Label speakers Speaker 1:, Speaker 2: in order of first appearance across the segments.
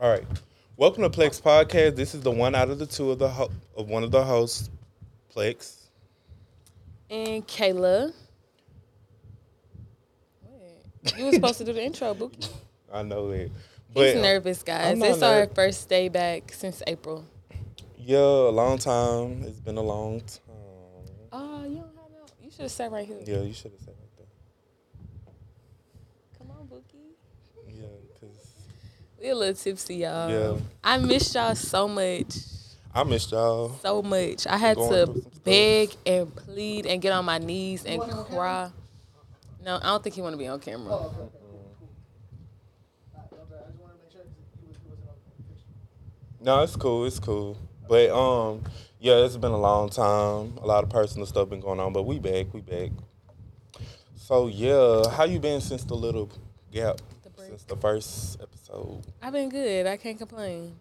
Speaker 1: All right. Welcome to Plex Podcast. This is the one out of the two of the ho- of one of the hosts, Plex.
Speaker 2: And Kayla. What? You were supposed to do the intro, Bookie.
Speaker 1: I know it.
Speaker 2: He's nervous, guys.
Speaker 1: uh, I'm not
Speaker 2: It's our
Speaker 1: nervous.
Speaker 2: first day back since April.
Speaker 1: Yeah, a long time. It's been a long time.
Speaker 2: Oh, you don't have no. You should have sat right here.
Speaker 1: Yeah, you should have said that.
Speaker 2: Come on, Bookie.
Speaker 1: Yeah, because
Speaker 2: We're a little tipsy, y'all.
Speaker 1: Yeah.
Speaker 2: I missed y'all so much.
Speaker 1: I missed y'all.
Speaker 2: so much. I had
Speaker 1: Going through
Speaker 2: to
Speaker 1: some stuff.
Speaker 2: beg and plead and get on my knees and cry. No, I don't think he want to be on
Speaker 3: Oh,
Speaker 2: camera.
Speaker 4: Uh-huh.
Speaker 1: No, it's cool. It's cool. But um, yeah, it's been a long time. A lot of personal stuff been going on, but we back. We back. So yeah, how you been since the little gap?
Speaker 2: The break.
Speaker 1: since the first episode.
Speaker 2: I've been good. I can't complain.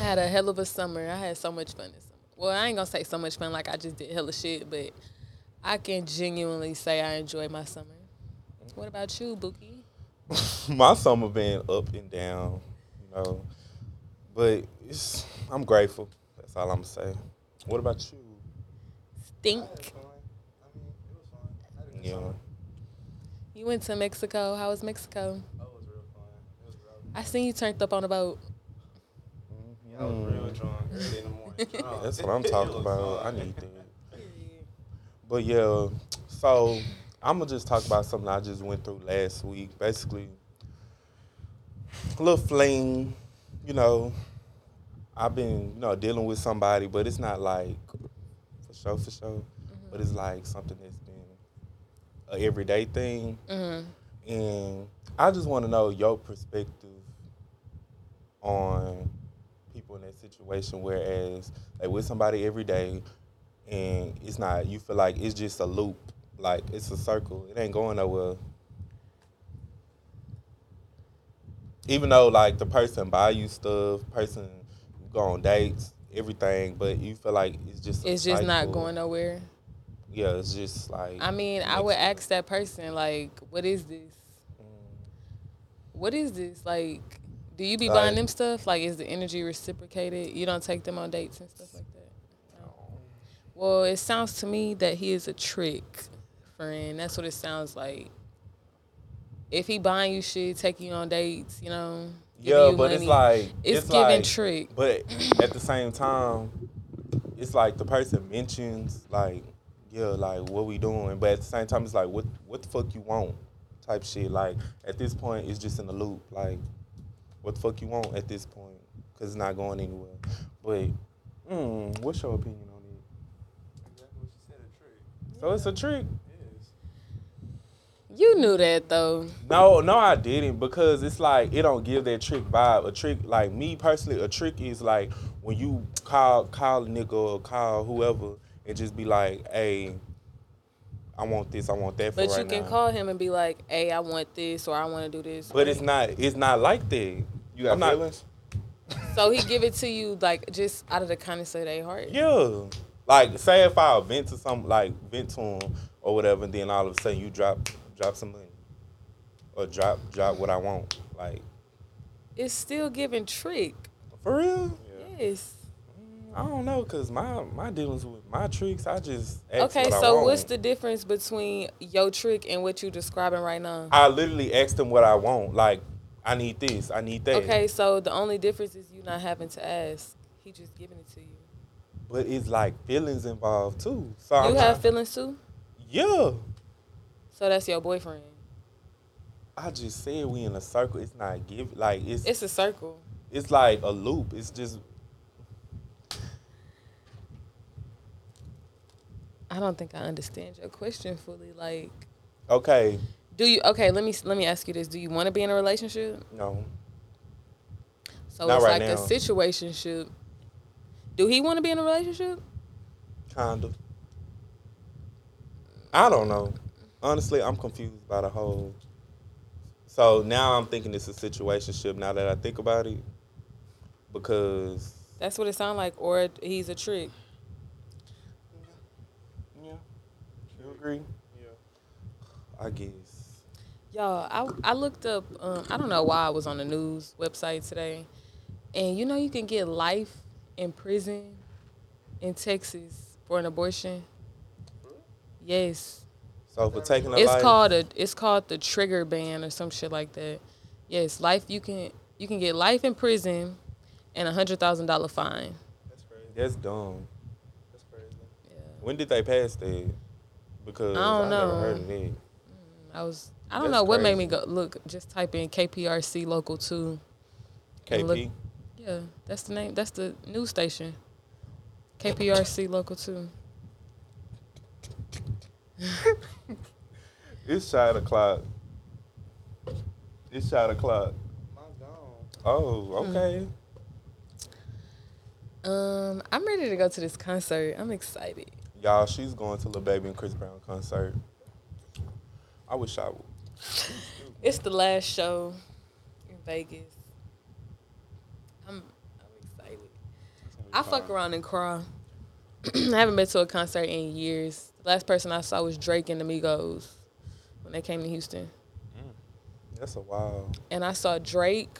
Speaker 2: I had a hell of a summer. I had so much fun this summer. Well, I ain't gonna say so much fun like I just did hella shit, but I can genuinely say I enjoyed my summer. What about you, Bookie?
Speaker 1: my summer been up and down, you know. But it's I'm grateful. That's all I'm saying. What about you?
Speaker 2: Stink.
Speaker 1: Yeah.
Speaker 2: You went to Mexico. How was Mexico? I seen you turned up on a boat.
Speaker 4: I was
Speaker 2: Mm.
Speaker 4: real drunk early in the morning.
Speaker 3: Oh.
Speaker 4: Drunk.
Speaker 1: That's what I'm talking
Speaker 4: It was
Speaker 1: about. I
Speaker 4: fun.
Speaker 1: need that. But yeah, so I'm gonna just talk about something I just went through last week. Basically, a little fling, you know. I've been, you know, dealing with somebody, but it's not like for sure, for sure. But it's like something that's been a everyday thing.
Speaker 2: Mm-hmm.
Speaker 1: And I just want to know your perspective on people in that situation. Whereas, like with somebody every day, and it's not, you feel like it's just a loop, like it's a circle. It ain't going nowhere. Even though, like, the person buy you stuff, person go on dates, everything, but you feel like it's just a
Speaker 2: It's just not
Speaker 1: cycle.
Speaker 2: going nowhere.
Speaker 1: Yeah, it's just like.
Speaker 2: I mean, I would ask that person, like, what is this?
Speaker 1: mm,
Speaker 2: What is this? Like, do you be
Speaker 1: Like-
Speaker 2: buying them stuff? Like, is the energy reciprocated? You don't take them on dates and stuff like that? No. Well, it sounds to me that he is a trick friend. That's what it sounds like. If he buying you shit, taking you on dates, you know, giving
Speaker 1: Yeah,
Speaker 2: you
Speaker 1: but
Speaker 2: money,
Speaker 1: it's like
Speaker 2: it's,
Speaker 1: it's
Speaker 2: giving
Speaker 1: like,
Speaker 2: trick.
Speaker 1: But at the same time, it's like the person mentions like, yeah, like what we doing, but at the same time, it's like what what the fuck you want, type shit. Like at this point, it's just in the loop. Like what the fuck you want at this point, cause it's not going anywhere. But mm, what's your opinion on it?
Speaker 4: Exactly what you said, a trick.
Speaker 1: So it's a trick.
Speaker 4: Yes.
Speaker 2: You knew that though.
Speaker 1: No, no, I didn't because it's like it don't give that trick vibe. A trick, like me personally, a trick is like when you call call a nigga or call whoever and just be like, "Hey, I want this, I want that." For
Speaker 2: But
Speaker 1: right
Speaker 2: you can
Speaker 1: now.
Speaker 2: call him and be like, "Hey, I want this, or I want to do this."
Speaker 1: But
Speaker 2: or-
Speaker 1: it's not, it's not like that.
Speaker 3: You got
Speaker 1: I'm not-
Speaker 3: feelings?
Speaker 2: So he give it to you like just out of the kindness of their heart.
Speaker 1: Yeah, like say if I vent to some, like vent to him or whatever, and then all of a sudden you drop drop some money or drop drop what I want, like
Speaker 2: It's still giving trick.
Speaker 1: for real.
Speaker 2: Yes.
Speaker 1: I don't know, cause my my dealings with my tricks, I just ask
Speaker 2: okay,
Speaker 1: what I
Speaker 2: so
Speaker 1: want.
Speaker 2: what's the difference between your trick and what you describing right now?
Speaker 1: I literally asked them what I want. Like, I need this, I need that.
Speaker 2: Okay, so the only difference is you not having to ask. He just giving it to you.
Speaker 1: But it's like feelings involved too. So
Speaker 2: you
Speaker 1: I'm
Speaker 2: have
Speaker 1: not-
Speaker 2: feelings too,
Speaker 1: yeah.
Speaker 2: so that's your boyfriend.
Speaker 1: I just said we in a circle. It's not give like it's it's,
Speaker 2: It's a circle.
Speaker 1: like a loop. It's just
Speaker 2: I don't think I understand your question fully. Like,
Speaker 1: okay.
Speaker 2: do you? Okay, let me let me ask you this. Do you want to be in a relationship?
Speaker 1: No,
Speaker 2: So
Speaker 1: Not
Speaker 2: it's
Speaker 1: right
Speaker 2: like a
Speaker 1: now.
Speaker 2: situationship. Do he want to be in a relationship?
Speaker 1: kind of. I don't know. Honestly, I'm confused by the whole. So now I'm thinking it's a situationship. Now that I think about it, because
Speaker 2: That's what it sounds like, or he's a trick.
Speaker 1: yeah, you agree.
Speaker 4: Yeah.
Speaker 1: I guess.
Speaker 2: Y'all, I, I looked up, um, I don't know why I was on the news website today. And you know, you can get life in prison in Texas for an abortion. Yes.
Speaker 1: So for taking a
Speaker 2: it's
Speaker 1: life,
Speaker 2: called a it's called the trigger ban or some shit like that. Yes, life you can you can get life in prison and a hundred thousand dollar fine.
Speaker 4: That's crazy.
Speaker 1: that's dumb.
Speaker 4: That's crazy.
Speaker 2: Yeah.
Speaker 1: When did they pass that? Because
Speaker 2: I don't
Speaker 1: never
Speaker 2: know.
Speaker 1: heard of it.
Speaker 2: I was I don't
Speaker 1: That's
Speaker 2: know what made me
Speaker 1: crazy.
Speaker 2: go look, just type in KPRC local two. And look-
Speaker 1: KP.
Speaker 2: Yeah, that's the name that's the news station. KPRC local two.
Speaker 1: It's shot o'clock. It's shot o'clock.
Speaker 4: My God.
Speaker 1: Oh, okay.
Speaker 2: Um, I'm ready to go to this concert. I'm excited.
Speaker 1: Y'all, she's going to Lil Baby and Chris Brown concert. I wish I would.
Speaker 2: It's the last show in Vegas. I'm I'm excited. I fuck around and cry. I haven't been to a concert in years. The last person I saw was Drake and the Migos when they came to Houston.
Speaker 1: That's a wow.
Speaker 2: And I saw Drake,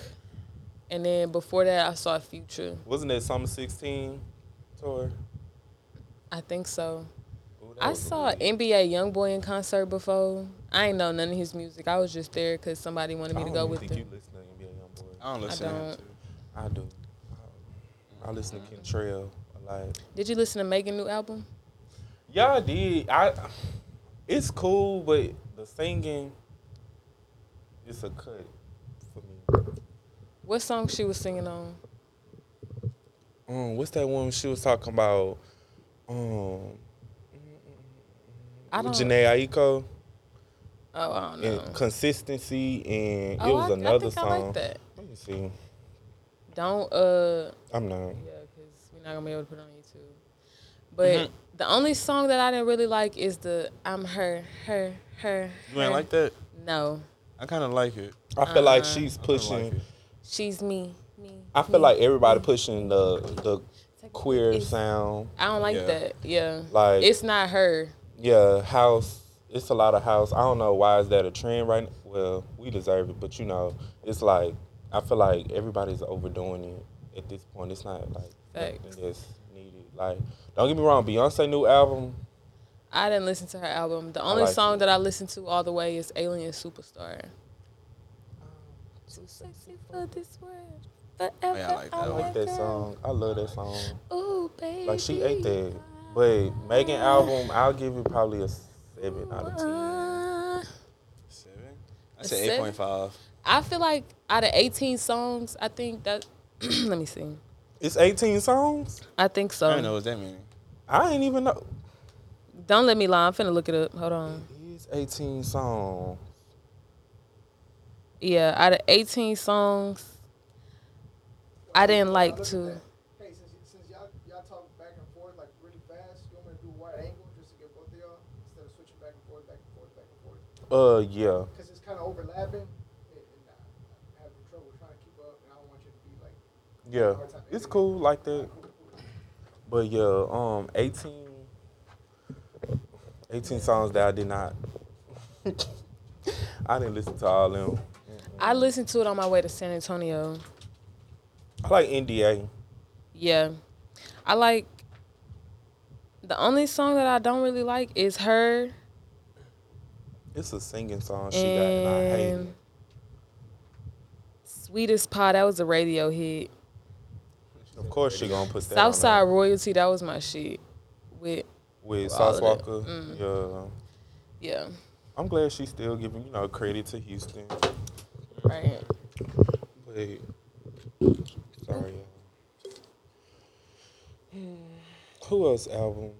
Speaker 2: and then before that, I saw Future.
Speaker 1: Wasn't that Summer 16 tour?
Speaker 2: I think so.
Speaker 1: Ooh, that
Speaker 2: I
Speaker 1: was a
Speaker 2: saw
Speaker 1: good-
Speaker 2: NBA YoungBoy in concert before. I ain't know none of his music. I was just there because somebody wanted me
Speaker 1: I
Speaker 2: to
Speaker 1: don't
Speaker 2: go
Speaker 1: even
Speaker 2: with
Speaker 1: think
Speaker 2: them.
Speaker 1: you listen to NBA Youngboy.
Speaker 4: I don't listen to him
Speaker 2: don't.
Speaker 4: too.
Speaker 1: I do. I, I listen to
Speaker 2: Mm-hmm.
Speaker 1: Kentrell a lot.
Speaker 2: Did you listen to Megan's new album?
Speaker 1: Yeah, I did. I. It's cool, but the singing, it's a cut for me.
Speaker 2: What song she was singing on?
Speaker 1: Um, what's that woman she was talking about? Um,
Speaker 2: I don't.
Speaker 1: Janae Aiko
Speaker 2: oh, I don't know.
Speaker 1: and consistency, and
Speaker 2: oh,
Speaker 1: it was
Speaker 2: I,
Speaker 1: another
Speaker 2: I think
Speaker 1: song.
Speaker 2: I like that.
Speaker 1: Let me see.
Speaker 2: Don't uh.
Speaker 1: I'm not.
Speaker 2: Yeah, because we're not gonna be able to put it on YouTube. But
Speaker 1: Mm-hmm.
Speaker 2: the only song that I didn't really like is the "I'm Her, Her, Her."
Speaker 4: You
Speaker 2: Her.
Speaker 4: ain't like that?
Speaker 2: No,
Speaker 4: I kind of like it.
Speaker 1: I feel like
Speaker 2: Uh-uh.
Speaker 1: she's
Speaker 4: Uh, I kinda
Speaker 1: pushing.
Speaker 4: like it.
Speaker 2: she's me, me.
Speaker 1: I feel
Speaker 2: me.
Speaker 1: like everybody pushing the the
Speaker 2: Take-
Speaker 1: queer
Speaker 2: it's-
Speaker 1: sound,
Speaker 2: I don't like
Speaker 4: Yeah.
Speaker 2: that. Yeah,
Speaker 1: like
Speaker 2: it's not her.
Speaker 1: yeah, house. It's a lot of house. I don't know why is that a trend right now. Well, we deserve it, but you know, it's like I feel like everybody's overdoing it at this point. It's not like
Speaker 2: Facts.
Speaker 1: nothing that's needed. Like, don't get me wrong, Beyonce new album.
Speaker 2: I didn't listen to her album. The only
Speaker 1: like
Speaker 2: song
Speaker 1: it.
Speaker 2: that I listened to all the way is "Alien Superstar." Too sexy for this world. Forever.
Speaker 4: yeah, I like that
Speaker 1: I
Speaker 4: one.
Speaker 1: like that song. I love that song.
Speaker 2: Ooh, baby.
Speaker 1: Like she ate that. But Megan album, I'll give it probably a seven out of ten.
Speaker 2: Uh,
Speaker 4: Seven? I
Speaker 2: A
Speaker 4: said
Speaker 2: seven?
Speaker 4: 8.5.
Speaker 2: I feel like out of 18 songs, I think that. let me see.
Speaker 1: It's 18 songs.
Speaker 2: I think
Speaker 4: I
Speaker 2: so.
Speaker 4: don't know what that means.
Speaker 1: I ain't even know.
Speaker 2: Don't let me lie. I'm finna look it up. Hold on.
Speaker 1: It's 18 songs.
Speaker 2: Yeah, out of 18 songs, I didn't like to.
Speaker 3: Hey, since, y- since y'all, y'all talk back and forth like really fast, you want me to do wide angle just to get both of y'all instead of switching back and forth, back and forth, back and
Speaker 1: Uh,
Speaker 3: forth?
Speaker 1: yeah.
Speaker 3: Because it's kind of overlapping and, and I- I'm having trouble trying to keep up, and I don't want you to be like,
Speaker 1: Yeah, it's cool like that. But yeah, um, 18, 18 songs that I did not. I didn't listen to all them.
Speaker 2: I listened to it on my way to San Antonio.
Speaker 1: I like NDA.
Speaker 2: Yeah. I like. The only song that I don't really like is her
Speaker 1: It's a singing song she got, and I hate it.
Speaker 2: and Sweetest Pie. That was a radio hit.
Speaker 1: Of course, she gonna put that. on
Speaker 2: Southside
Speaker 1: there.
Speaker 2: Royalty. That was my shit. With
Speaker 1: with
Speaker 2: all
Speaker 1: Sauce
Speaker 2: of that.
Speaker 1: Walker.
Speaker 2: Mm.
Speaker 1: Yeah,
Speaker 2: yeah,
Speaker 1: I'm glad she's still giving you know credit to Houston. But
Speaker 2: right.
Speaker 1: sorry. y'all. Who else album?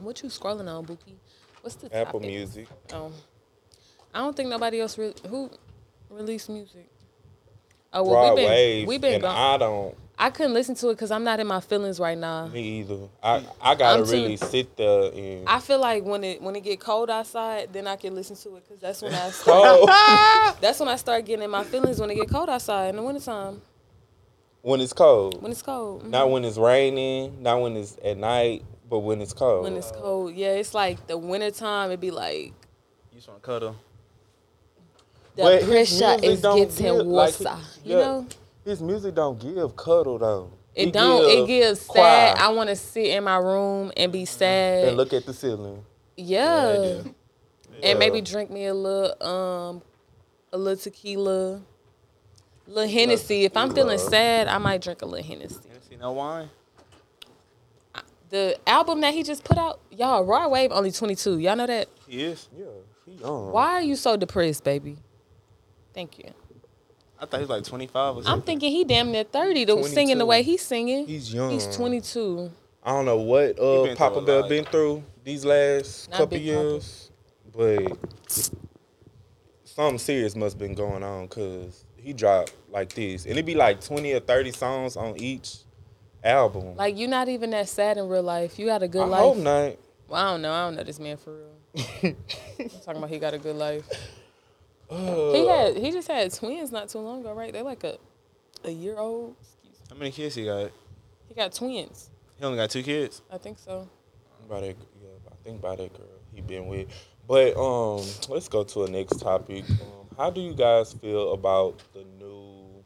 Speaker 2: What you scrolling on, Bookie? What's the
Speaker 1: Apple
Speaker 2: topic?
Speaker 1: Music.
Speaker 2: Oh, I don't think nobody else re- who released music. Oh well,
Speaker 1: Broad
Speaker 2: we've been
Speaker 1: Waves,
Speaker 2: we've been
Speaker 1: and
Speaker 2: gone. I,
Speaker 1: I don't
Speaker 2: couldn't listen to it because I'm not in my feelings right now.
Speaker 1: me either. I I gotta
Speaker 2: Mm. I'm too-
Speaker 1: really sit there and
Speaker 2: I feel like when it when it get cold outside, then I can listen to it because that's when I start,
Speaker 1: cold
Speaker 2: that's when I start getting in my feelings when it get cold outside in the wintertime
Speaker 1: when it's cold.
Speaker 2: when it's cold. Mhm.
Speaker 1: Not when it's raining. Not when it's at night. But when it's cold,
Speaker 2: when it's cold. Yeah, it's like the winter time. It'd be like
Speaker 4: You just want to cuddle.
Speaker 2: the
Speaker 1: But his
Speaker 2: pressure
Speaker 1: music
Speaker 2: is
Speaker 1: don't
Speaker 2: getting
Speaker 1: give- like,
Speaker 2: worse.
Speaker 1: he-
Speaker 2: you
Speaker 1: yeah.
Speaker 2: know,
Speaker 1: his music don't give cuddle though.
Speaker 2: it don't. it gives sad. I
Speaker 1: choir
Speaker 2: want to sit in my room and be sad.
Speaker 1: Mm-hmm. and look at the ceiling.
Speaker 2: yeah,
Speaker 1: Yeah.
Speaker 2: and maybe drink me a little um, a little tequila. Little Hennessy. If I'm feeling
Speaker 1: tequila.
Speaker 2: sad, I might drink a little Hennessy.
Speaker 4: Hennessy, no wine.
Speaker 2: The album that he just put out, y'all, Raw Wave only 22. Y'all know that?
Speaker 4: He is.
Speaker 1: Yeah, he young.
Speaker 2: Why are you so depressed, baby? Thank you.
Speaker 4: I thought he was like 25 or something.
Speaker 2: I'm thinking he damn near 30 to singing the
Speaker 1: 22.
Speaker 2: way he's singing.
Speaker 1: He's young.
Speaker 2: He's 22.
Speaker 1: I don't know what
Speaker 4: He
Speaker 1: uh,
Speaker 4: been
Speaker 1: Papa
Speaker 4: through a
Speaker 1: Bell
Speaker 4: lot.
Speaker 1: been through these last
Speaker 2: Not
Speaker 1: couple
Speaker 2: Big
Speaker 1: years, but something serious must been going on because he dropped like this, and it'd be like twenty or thirty songs on each album.
Speaker 2: Like you're not even that sad in real life. You got a good
Speaker 1: I
Speaker 2: life.
Speaker 1: hope not.
Speaker 2: Well, I don't know. I don't know this man for real. I'm talking about he got a good life.
Speaker 1: Uh,
Speaker 2: He had he just had twins not too long ago, right? They're like a a year old. Excuse me.
Speaker 4: How many kids he got?
Speaker 2: He got twins.
Speaker 4: He only got two kids.
Speaker 2: I think so.
Speaker 1: About that, yeah, I think about that girl he been with. But um, let's go to a next topic. Um, how do you guys feel about the new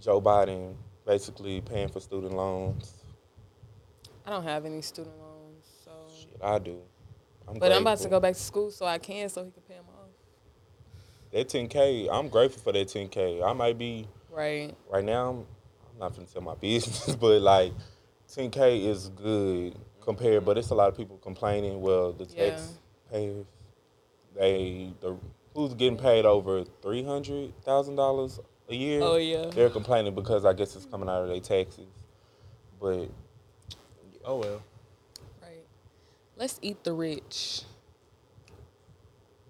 Speaker 1: Joe Biden basically paying for student loans?
Speaker 2: I don't have any student loans, so.
Speaker 1: Shit, I do. I'm
Speaker 2: But I'm about to
Speaker 1: grateful.
Speaker 2: go back to school, so I can, so he can pay them off.
Speaker 1: That 10K, I'm grateful for that 10K. I might be
Speaker 2: Right.
Speaker 1: right now. I'm, I'm not gonna tell my business, but like 10K is good compared. But it's a lot of people complaining. Well, the
Speaker 2: Yeah.
Speaker 1: taxpayers, they the who's getting paid over three hundred thousand dollars a year.
Speaker 2: Oh yeah.
Speaker 1: They're complaining because I guess it's coming out of their taxes. But
Speaker 4: Oh, well.
Speaker 2: Right. Let's eat the rich.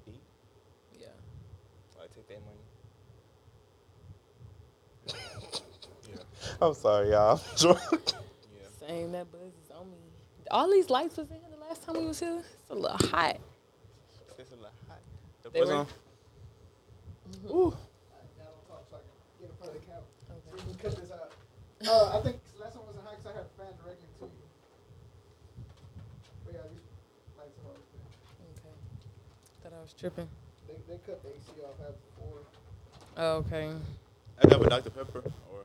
Speaker 1: Eat?
Speaker 2: Yeah.
Speaker 4: I take that money.
Speaker 1: I'm sorry, y'all. I'm drunk.
Speaker 4: Yeah.
Speaker 2: Same. That buzz is on me. All these lights was in here the last time we was here. It's a little hot.
Speaker 4: It's a lot hot. The
Speaker 2: They
Speaker 4: boys
Speaker 2: were-
Speaker 4: on.
Speaker 3: Now don't talk so I can get in front of the camera. So we can cut this out. Uh, I think last one was a high because I had a fan directly to you. But yeah, these lights are always there.
Speaker 2: Okay. Thought I was tripping.
Speaker 3: They, they cut the AC off after four.
Speaker 2: Oh, okay.
Speaker 4: I got a Dr. Pepper. Or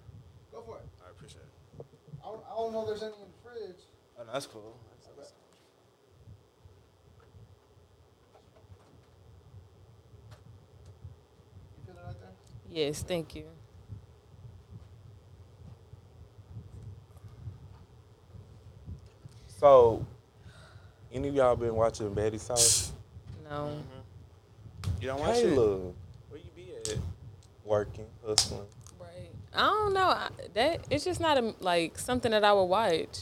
Speaker 3: Go for it.
Speaker 4: Oh, I appreciate it.
Speaker 3: I don't, I don't know if there's any in the fridge.
Speaker 4: Oh, no, that's cool. That's, that's,
Speaker 3: You feel it right there?
Speaker 2: Yes. Thank you.
Speaker 1: So, any of y'all been watching Betty South?
Speaker 2: No.
Speaker 4: You don't watch it?
Speaker 1: Caleb
Speaker 4: Where you be at?
Speaker 1: working, hustling.
Speaker 2: Right. I don't know. I, that it's just not a, like something that I would watch.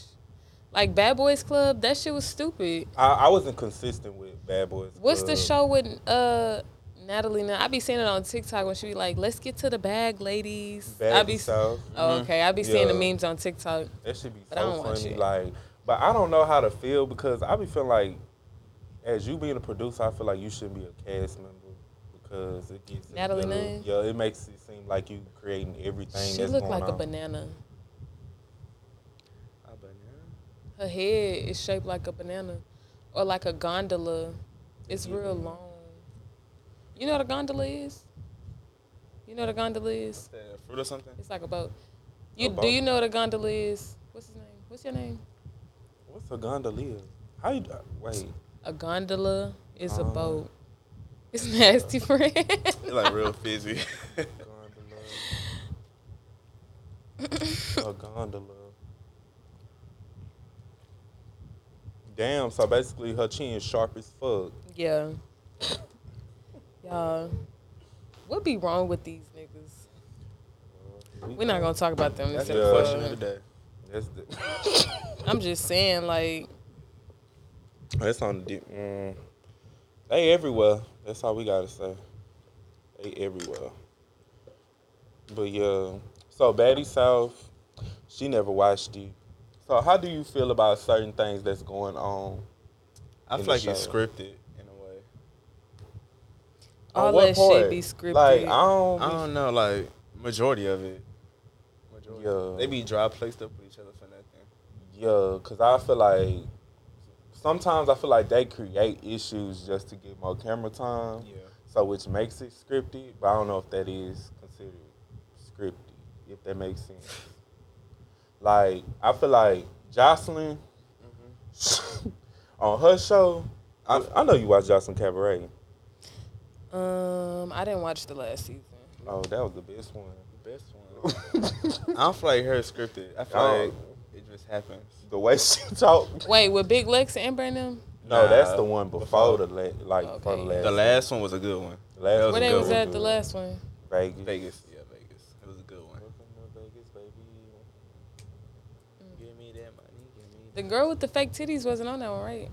Speaker 2: Like Bad Boys Club. That shit was stupid.
Speaker 1: I, I wasn't consistent with Bad Boys.
Speaker 2: What's the
Speaker 1: Club.
Speaker 2: show with uh? Natalie, Nunn? I be seeing it on TikTok when she be like, "Let's get to the bag, ladies." I
Speaker 1: Bad
Speaker 2: be,
Speaker 1: South.
Speaker 2: oh, okay. I be seeing the
Speaker 1: Mm-hmm. Yeah.
Speaker 2: memes on TikTok.
Speaker 1: That should be
Speaker 2: But I
Speaker 1: so
Speaker 2: don't watch
Speaker 1: funny.
Speaker 2: it.
Speaker 1: Like, but I don't know how to feel because I be feeling like, as you being a producer, I feel like you shouldn't be a cast member because it gets a
Speaker 2: Natalie
Speaker 1: little-
Speaker 2: Nunn?
Speaker 1: Yeah, it makes it seem like you creating everything.
Speaker 2: She
Speaker 1: that's
Speaker 2: looked
Speaker 1: going
Speaker 2: like a
Speaker 1: on.
Speaker 2: banana.
Speaker 4: A banana.
Speaker 2: Her head is shaped like a banana or like a gondola. It's real
Speaker 1: Mm-hmm.
Speaker 2: long. You know what a gondola is? You know what a gondola is?
Speaker 4: Say a fruit or something?
Speaker 2: It's like a boat. You
Speaker 1: A
Speaker 2: do
Speaker 1: boat.
Speaker 2: you know what a gondola is? What's his name? What's your name?
Speaker 1: What's a gondolier? How you uh, wait?
Speaker 2: A gondola is a
Speaker 1: Um,
Speaker 2: boat. It's nasty friend.
Speaker 4: It's like real fizzy.
Speaker 1: Gondola. a gondola. Damn. So basically, her chin is sharp as fuck.
Speaker 2: yeah. Y'all. What be wrong with these niggas? We're not gonna talk about them.
Speaker 4: That's
Speaker 2: This
Speaker 1: Yeah.
Speaker 4: the question of the
Speaker 2: episode.
Speaker 4: day.
Speaker 1: That's the.
Speaker 2: I'm just saying, like,
Speaker 1: That's on the deep. Mm, they everywhere. That's all we gotta say. They everywhere. But yeah, so Batty South, she never watched it. So how do you feel about certain things that's going on?
Speaker 4: I
Speaker 1: In
Speaker 4: feel
Speaker 1: the
Speaker 4: like it's
Speaker 1: shower.
Speaker 4: scripted in a way.
Speaker 1: On
Speaker 2: all
Speaker 1: what
Speaker 2: that
Speaker 1: part?
Speaker 2: shit be scripted.
Speaker 1: Like I don't.
Speaker 4: I don't know, like majority of it. Majority.
Speaker 1: Yeah.
Speaker 4: They be dry placed up with each other for nothing.
Speaker 1: yeah. Yeah, cause I feel like sometimes I feel like they create issues just to get more camera time.
Speaker 4: Yeah.
Speaker 1: So which makes it scripted, but I don't know if that is considered scripted, if that makes sense. Like I feel like Jocelyn
Speaker 4: Mm-hmm.
Speaker 1: on her show. I, I know you watch Jocelyn Cabaret.
Speaker 2: Um, I didn't watch the last season.
Speaker 1: Oh, that was the best one.
Speaker 4: Best one. I don't feel like her scripted. I feel
Speaker 1: Oh.
Speaker 4: like it just happens.
Speaker 1: The way she talked.
Speaker 2: Wait, with Big Lex and Brandon?
Speaker 1: No,
Speaker 4: Nah,
Speaker 1: that's the one before,
Speaker 4: before.
Speaker 1: the la- like before the
Speaker 2: Okay.
Speaker 1: last.
Speaker 4: The last one was a good one.
Speaker 1: The last
Speaker 4: That was
Speaker 2: Where
Speaker 4: a
Speaker 2: they
Speaker 4: good
Speaker 2: was
Speaker 4: one.
Speaker 2: at the last one?
Speaker 1: Vegas.
Speaker 4: Vegas. Yeah, Vegas. It was a good one.
Speaker 1: Welcome to Vegas, baby.
Speaker 4: Give me that money. Give me
Speaker 2: The girl with the fake titties wasn't on that one, right?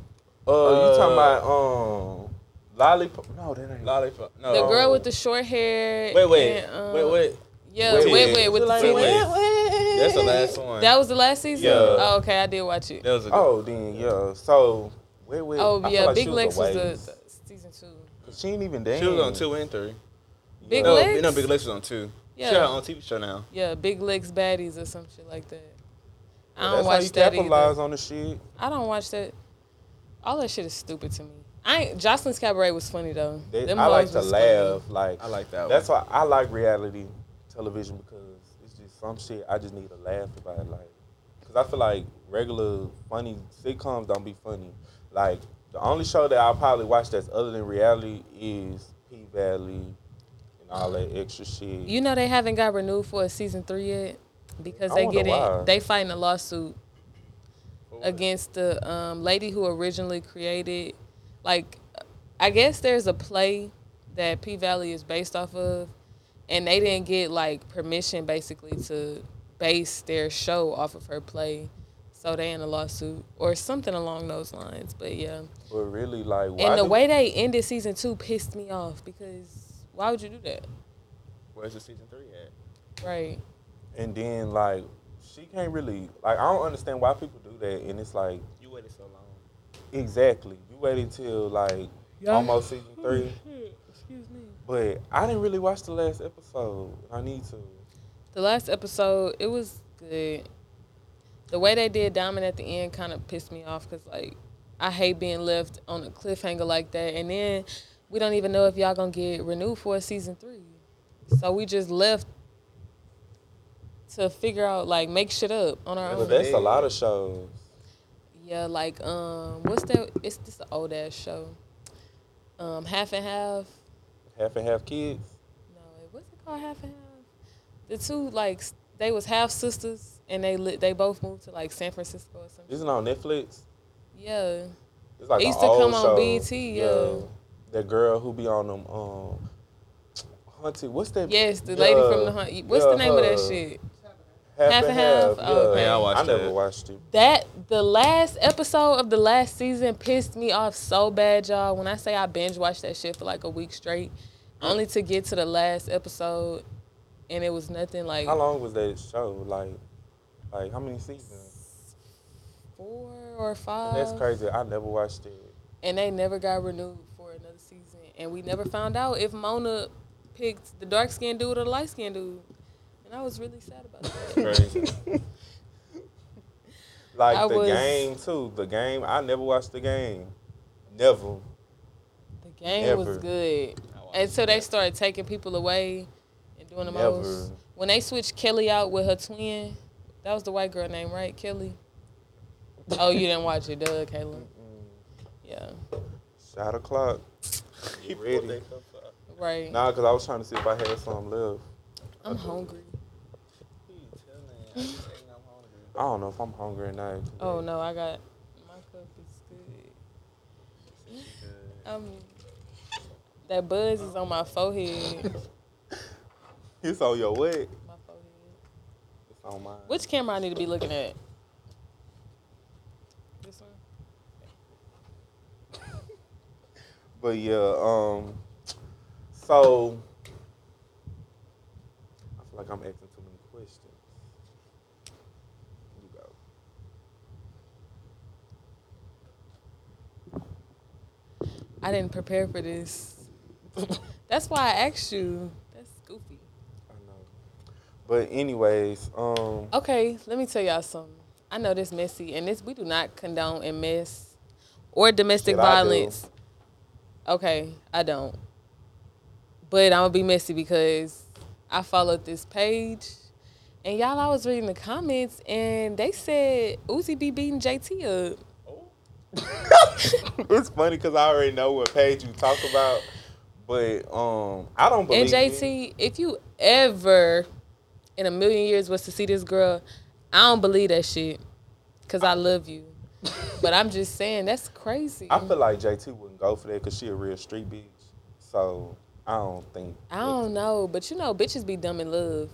Speaker 1: Uh, you
Speaker 4: Uh,
Speaker 1: talking about um lollipop? No, that ain't.
Speaker 4: Lollipop. No.
Speaker 2: The girl with the short hair.
Speaker 4: Oh. Wait, wait.
Speaker 2: and, um,
Speaker 4: wait, wait.
Speaker 2: Yeah,
Speaker 4: Wait,
Speaker 2: wait, wait,
Speaker 4: wait.
Speaker 2: with the
Speaker 4: Like,
Speaker 2: titties.
Speaker 4: wait, That's the last one.
Speaker 2: That was the last season.
Speaker 4: Yeah.
Speaker 2: Oh, okay, I did watch it.
Speaker 4: That was a good
Speaker 1: Oh, then yeah. So wait, wait.
Speaker 2: Oh
Speaker 1: I feel
Speaker 2: yeah,
Speaker 1: like
Speaker 2: Big
Speaker 1: she
Speaker 2: Lex was
Speaker 1: a
Speaker 2: the,
Speaker 1: waste.
Speaker 2: the season two.
Speaker 1: 'Cause she ain't even dance.
Speaker 4: She was on two and three.
Speaker 2: Big
Speaker 4: no,
Speaker 2: Lex?
Speaker 4: no, Big Lex was on two. Yeah.
Speaker 2: Yeah.
Speaker 4: She had her own TV show now.
Speaker 2: Yeah, Big Lex baddies or some shit like that. I
Speaker 1: That's how
Speaker 2: don't watch
Speaker 1: you
Speaker 2: that
Speaker 1: capitalize
Speaker 2: either.
Speaker 1: on the shit.
Speaker 2: I don't watch that. All that shit is stupid to me. I ain't, Jocelyn's Cabaret was funny though.
Speaker 1: They-
Speaker 2: Them
Speaker 1: I like
Speaker 2: hoes
Speaker 1: to
Speaker 2: was funny.
Speaker 1: laugh. Like
Speaker 4: I like that
Speaker 1: That's why I like reality television because it's just some shit I just need to laugh about. Like, because I feel like regular funny sitcoms don't be funny. Like, the only show that I'll probably watch that's other than reality is P Valley and all that extra shit.
Speaker 2: You know they haven't got renewed for a season three yet because
Speaker 1: I
Speaker 2: they
Speaker 1: wonder
Speaker 2: get
Speaker 1: why.
Speaker 2: in. They fighting a lawsuit
Speaker 4: one.
Speaker 2: against the um, lady who originally created. Like, I guess there's a play that P Valley is based off of, and they didn't get like permission basically to base their show off of her play. So they in a lawsuit or something along those lines. But yeah,
Speaker 1: but really, like, why
Speaker 2: and the
Speaker 1: do-
Speaker 2: way they ended season two pissed me off because why would you do that?
Speaker 4: Where's the season three at?
Speaker 2: Right.
Speaker 1: and then like she can't really like I don't understand why people do that. And it's like
Speaker 4: You waited so long.
Speaker 1: exactly you waited till like almost season three.
Speaker 2: Excuse me.
Speaker 1: But I didn't really watch the last episode. I need to.
Speaker 2: The last episode, it was good. The way they did Diamond at the end kind of pissed me off because, like, I hate being left on a cliffhanger like that. And then we don't even know if y'all gonna get renewed for a season three. So we just left to figure out, like, make shit up on our
Speaker 1: But
Speaker 2: own.
Speaker 1: that's a lot of shows.
Speaker 2: Yeah, like, um, what's that? It's this old ass show. Um, half and half.
Speaker 1: Half and half kids.
Speaker 2: No, it wasn't called half and half. The two like s- they was half sisters and they li- they both moved to like San Francisco or something.
Speaker 1: Isn't it on Netflix.
Speaker 2: Yeah.
Speaker 1: It's like
Speaker 2: It
Speaker 1: an
Speaker 2: used to
Speaker 1: old
Speaker 2: come on
Speaker 1: show.
Speaker 2: BET, yeah.
Speaker 1: That girl who be on them. Um, Hunted. What's that?
Speaker 2: Yes, the lady from
Speaker 1: Yeah.
Speaker 2: the hunt. What's the
Speaker 1: Yeah,
Speaker 2: name of that
Speaker 1: her.
Speaker 2: shit?
Speaker 1: Half,
Speaker 2: Half
Speaker 1: and
Speaker 2: and
Speaker 1: half.
Speaker 2: Half? Oh,
Speaker 1: yeah.
Speaker 2: okay.
Speaker 4: Yeah, I watched
Speaker 1: never
Speaker 4: it.
Speaker 1: watched it.
Speaker 2: That the last episode of the last season pissed me off so bad, y'all. When I say I binge watched that shit for like a week straight, only to get to the last episode, and it was nothing like
Speaker 1: How long was that show? Like, like how many seasons?
Speaker 2: four or five.
Speaker 1: And that's crazy. I never watched it.
Speaker 2: and they never got renewed for another season. And we never found out if Mona picked the dark skinned dude or the light skinned dude. And I was really sad about that.
Speaker 4: Crazy.
Speaker 1: Like
Speaker 2: I
Speaker 1: the
Speaker 2: was-
Speaker 1: game too. The game. I never watched the game. Never.
Speaker 2: the game was
Speaker 1: Never.
Speaker 2: good until they started taking people away and doing the
Speaker 1: Never.
Speaker 2: most. When they switched Kelly out with her twin, that was the white girl name, right? Kelly. Oh, you didn't watch it, duh, Caleb. Yeah,
Speaker 1: Shot o'clock.
Speaker 4: You
Speaker 1: ready?
Speaker 4: ready?
Speaker 2: right.
Speaker 1: Nah, cause I was trying to see if I had some left.
Speaker 2: I'm hungry.
Speaker 1: I don't know if I'm hungry or not.
Speaker 2: Oh no, I got my cup is good. Um, that buzz is on my forehead.
Speaker 1: It's on your what? It's
Speaker 2: My forehead.
Speaker 1: on mine.
Speaker 2: Which camera I need to be looking at? This one.
Speaker 1: But yeah, um, so I feel like I'm asking too many questions. You go.
Speaker 2: I didn't prepare for this. That's why I asked you. That's goofy.
Speaker 1: I know. But anyways, um,
Speaker 2: Oh. Okay, let me tell y'all something. I know this messy, and this we do not condone and mess or domestic
Speaker 1: Shit, I do.
Speaker 2: violence. okay, I don't. But I'm gonna be messy because I followed this page, and y'all, I was reading the comments, and they said Uzi be beating JT up.
Speaker 1: Oh. it's funny because I already know what page you talk about, but um, I don't believe.
Speaker 2: And
Speaker 1: you.
Speaker 2: JT, if you ever in a million years was to see this girl, I don't believe that shit because I love you. but I'm just saying, that's crazy.
Speaker 1: I feel like JT wouldn't go for that because she a real street bitch. So I don't think.
Speaker 2: I don't know, but you know, bitches be dumb in love.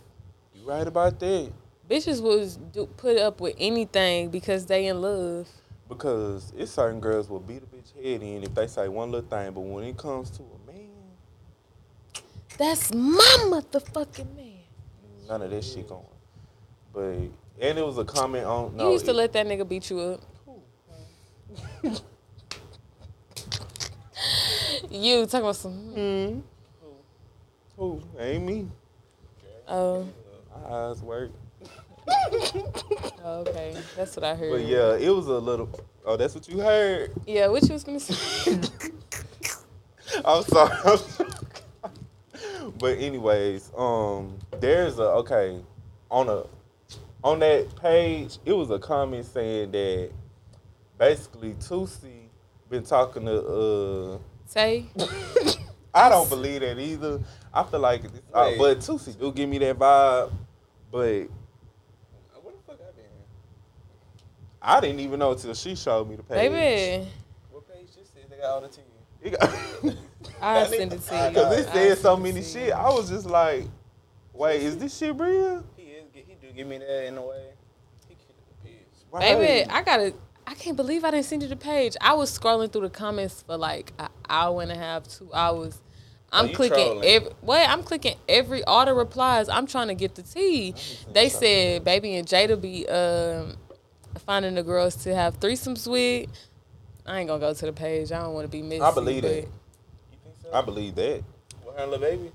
Speaker 1: You right about that
Speaker 2: Bitches was do, put up with anything because they in love.
Speaker 1: because it's certain girls will beat a bitch head in if they say one little thing, but when it comes to a man,
Speaker 2: That's my motherfucking man.
Speaker 1: none of that shit going. But and it was a comment on. No,
Speaker 2: you used to
Speaker 1: it-
Speaker 2: let that nigga beat you up. you talking about some? hmm.
Speaker 1: Who? Ain't me.
Speaker 2: Oh,
Speaker 1: My eyes work.
Speaker 2: oh, okay, that's what I heard.
Speaker 1: But yeah, it was a little. Oh, that's what you heard.
Speaker 2: Yeah, what you was gonna say?
Speaker 1: I'm sorry. I'm sorry. but anyways, um, there's a okay on a on that page. It was a comment saying that basically Tusi been talking to. uh
Speaker 2: Say,
Speaker 1: I don't believe that either. I feel like, it's- uh,
Speaker 4: Wait.
Speaker 1: but Tusi do give me that vibe. But
Speaker 4: What the fuck I been? in?
Speaker 1: I didn't even know until she showed me the page.
Speaker 2: baby,
Speaker 4: What page this is? They got all the tea.
Speaker 1: It got-
Speaker 2: I send it to you.
Speaker 1: Cause it
Speaker 2: I
Speaker 1: said so
Speaker 2: send it
Speaker 1: many
Speaker 2: to
Speaker 1: shit.
Speaker 2: you.
Speaker 1: I was just like, wait, is this shit real?
Speaker 4: He is. He do give me that in a way. He killed the pigs.
Speaker 2: Baby,
Speaker 1: Right.
Speaker 2: I gotta. I can't believe I didn't send you the page. I was scrolling through the comments for like an hour and a half, two hours. I'm
Speaker 4: you
Speaker 2: clicking
Speaker 4: trolling.
Speaker 2: every. Wait, I'm clicking every all the replies. I'm trying to get the tea. They said, "Baby and Jada be um, finding the girls to have threesomes with." I ain't gonna go to the page. I don't want to be missed.
Speaker 1: I believe it.
Speaker 4: You think so?
Speaker 1: I believe that.
Speaker 4: With her and little baby.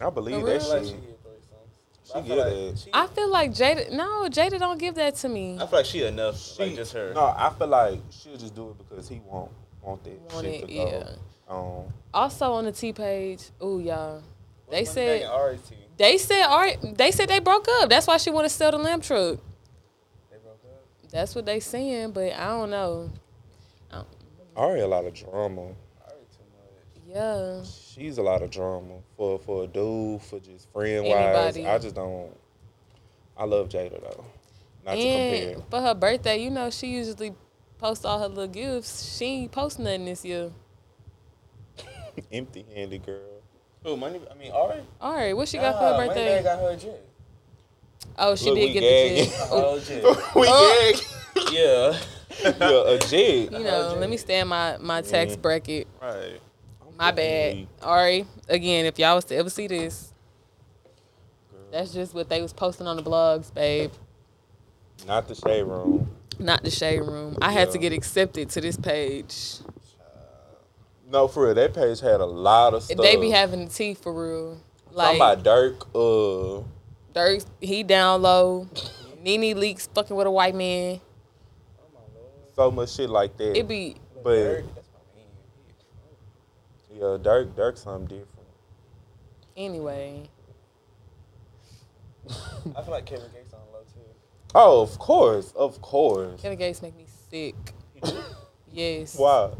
Speaker 1: I believe
Speaker 2: For
Speaker 1: that
Speaker 2: real?
Speaker 4: Like she
Speaker 1: shit.
Speaker 4: get threesomes.
Speaker 1: She
Speaker 4: I feel
Speaker 1: get
Speaker 4: like
Speaker 1: it.
Speaker 4: She,
Speaker 2: I feel like Jada. No, Jada don't give that to me.
Speaker 4: I feel like she enough. like just her.
Speaker 1: No, I feel like she'll just do it because he won't want that
Speaker 2: Want
Speaker 1: shit
Speaker 2: it,
Speaker 1: to
Speaker 2: yeah.
Speaker 1: go Um,
Speaker 2: Also on the T page. Ooh, y'all.
Speaker 4: What's
Speaker 2: They
Speaker 4: my
Speaker 2: said.
Speaker 4: name? RT.
Speaker 2: They said all right, they said they broke up. That's why she want to sell the lamp truck.
Speaker 4: They broke up.
Speaker 2: That's what they saying, but I don't know.
Speaker 1: on. Ari a lot of drama.
Speaker 4: Ari too much.
Speaker 2: Yeah.
Speaker 1: She's a lot of drama for for a dude for just friend wise.
Speaker 2: Anybody.
Speaker 1: I just don't. I love Jada though. Not to
Speaker 2: and
Speaker 1: compare.
Speaker 2: for her birthday, you know, she usually posts all her little gifts. She ain't post nothing this year.
Speaker 1: Empty handed girl.
Speaker 4: Who? Money. I mean Ari. Ah,
Speaker 2: All right, what she got for her
Speaker 4: Money
Speaker 2: birthday?
Speaker 4: got her a jet.
Speaker 2: Oh, she
Speaker 1: Look,
Speaker 2: did
Speaker 1: we
Speaker 2: get
Speaker 1: gagging.
Speaker 2: the
Speaker 4: A
Speaker 2: jet.
Speaker 4: whole jet.
Speaker 1: we
Speaker 2: Oh.
Speaker 1: gagged.
Speaker 4: yeah.
Speaker 1: yeah, a jig.
Speaker 2: You know,
Speaker 4: Oh,
Speaker 2: let me
Speaker 4: Jada.
Speaker 2: stay in my, my tax
Speaker 1: Mm.
Speaker 2: bracket.
Speaker 4: Right.
Speaker 2: My
Speaker 1: Mm-hmm.
Speaker 2: bad. Ari, again, if y'all was to ever see this, that's just what they was posting on the blogs, babe.
Speaker 1: Not the shade room.
Speaker 2: Not the shade room. I had to
Speaker 1: Yeah.
Speaker 2: get accepted to this page.
Speaker 1: No, for real, that page had a lot of stuff.
Speaker 2: They be having the tea for real.
Speaker 1: Talking
Speaker 2: Like
Speaker 1: about Dirk. Uh,
Speaker 2: Dirk, he down low. Nene leaks fucking with a white man.
Speaker 4: Oh my lord.
Speaker 1: so much shit like that.
Speaker 2: It be
Speaker 1: But-
Speaker 4: Eric, that's my man. He is cool.
Speaker 1: yeah, Dirk. Dirk's something different.
Speaker 2: anyway.
Speaker 4: I feel like Kevin Gates on low too.
Speaker 1: Oh, of course, of course.
Speaker 2: Kevin Gates make me sick. Yes.
Speaker 1: Why?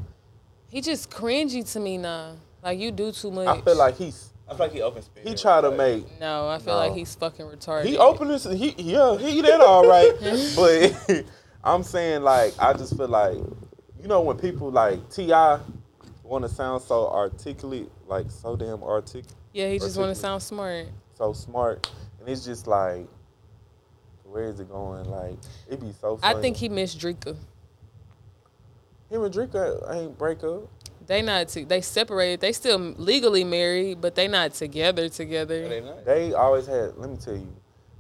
Speaker 2: He just cringy to me now. Like you do too much.
Speaker 1: I feel like he's
Speaker 4: I feel like he open spirit.
Speaker 1: he try to
Speaker 4: Like,
Speaker 1: make
Speaker 2: no. I feel
Speaker 1: No.
Speaker 2: like he's fucking retarded.
Speaker 1: he opened his he yeah he did all right, but I'm saying like I just feel like you know when people like Ti want to sound so articulate like so damn articulate.
Speaker 2: Yeah, he just want to
Speaker 1: Articulate.
Speaker 2: sound smart.
Speaker 1: so smart, and it's just like, where is it going? Like, it'd be so.
Speaker 2: I
Speaker 1: Funny.
Speaker 2: think he missed Drika.
Speaker 1: him and Drake uh, ain't break up.
Speaker 2: They not to, they separated. They still legally married, but they not together
Speaker 4: Are
Speaker 2: together.
Speaker 4: they not?
Speaker 1: They always had. Let me tell you,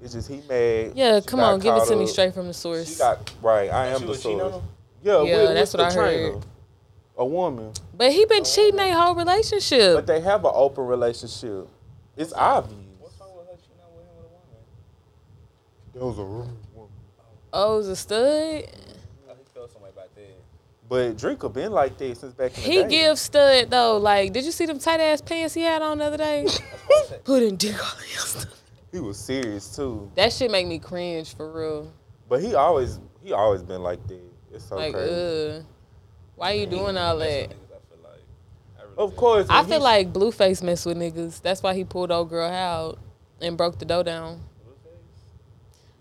Speaker 1: it's just he mad.
Speaker 2: Yeah,
Speaker 1: She
Speaker 2: come
Speaker 1: got
Speaker 2: on, give it
Speaker 1: caught
Speaker 2: to me
Speaker 1: up.
Speaker 2: straight from the
Speaker 1: She
Speaker 2: source.
Speaker 1: got right. I am
Speaker 4: She
Speaker 1: the
Speaker 4: was cheating on
Speaker 1: source.
Speaker 4: him?
Speaker 1: Yeah,
Speaker 2: Yeah,
Speaker 1: with- with
Speaker 2: that's
Speaker 1: the
Speaker 2: what I
Speaker 1: trainer.
Speaker 2: heard.
Speaker 1: A woman,
Speaker 2: But he been cheating their whole
Speaker 1: but
Speaker 2: relationship.
Speaker 1: they have an open relationship. It's obvious.
Speaker 4: What's wrong with her cheating on with him with a woman?
Speaker 1: That was a woman.
Speaker 2: Oh, it's a stud.
Speaker 4: I felt some way about that.
Speaker 1: But Drinker been like that since back in the
Speaker 2: He
Speaker 1: day.
Speaker 2: gives stud though. Like, did you see them tight ass pants he had on the other day? Putting dick all in your stuff.
Speaker 1: He was serious too.
Speaker 2: That shit make me cringe for real.
Speaker 1: But he always he always been like that. It's so
Speaker 2: Like, uh,
Speaker 1: crazy.
Speaker 2: ugh. Why you doing all that?
Speaker 1: Of course.
Speaker 2: I
Speaker 1: when
Speaker 2: feel
Speaker 1: he-
Speaker 2: like Blueface mess with niggas. That's why he pulled old girl out and broke the dough down.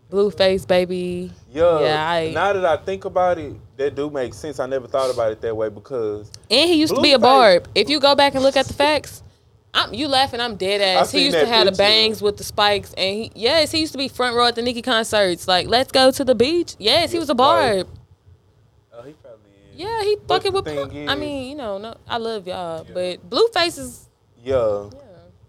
Speaker 2: Blueface, baby.
Speaker 1: yeah.
Speaker 2: yeah, I-
Speaker 1: now that I think about it, that do make sense. I never thought about it that way because
Speaker 2: And he used to be a
Speaker 1: Blueface.
Speaker 2: barb. If you go back and look at the facts, I'm you laughing. I'm dead ass.
Speaker 1: seen
Speaker 2: He used to
Speaker 1: that
Speaker 2: have the
Speaker 1: picture.
Speaker 2: bangs with the spikes, and he yes, he used to be front row at the Nicki concerts. Like, let's go to the beach. Yes, he was a
Speaker 1: Right.
Speaker 2: barb.
Speaker 4: Oh, he probably is.
Speaker 2: Yeah, he
Speaker 1: But
Speaker 2: fucking
Speaker 1: the
Speaker 2: with. Pump.
Speaker 1: thing
Speaker 2: I
Speaker 1: is-
Speaker 2: mean, you know, no, I love y'all,
Speaker 4: Yeah.
Speaker 2: but Blueface is
Speaker 1: yeah,
Speaker 2: yeah.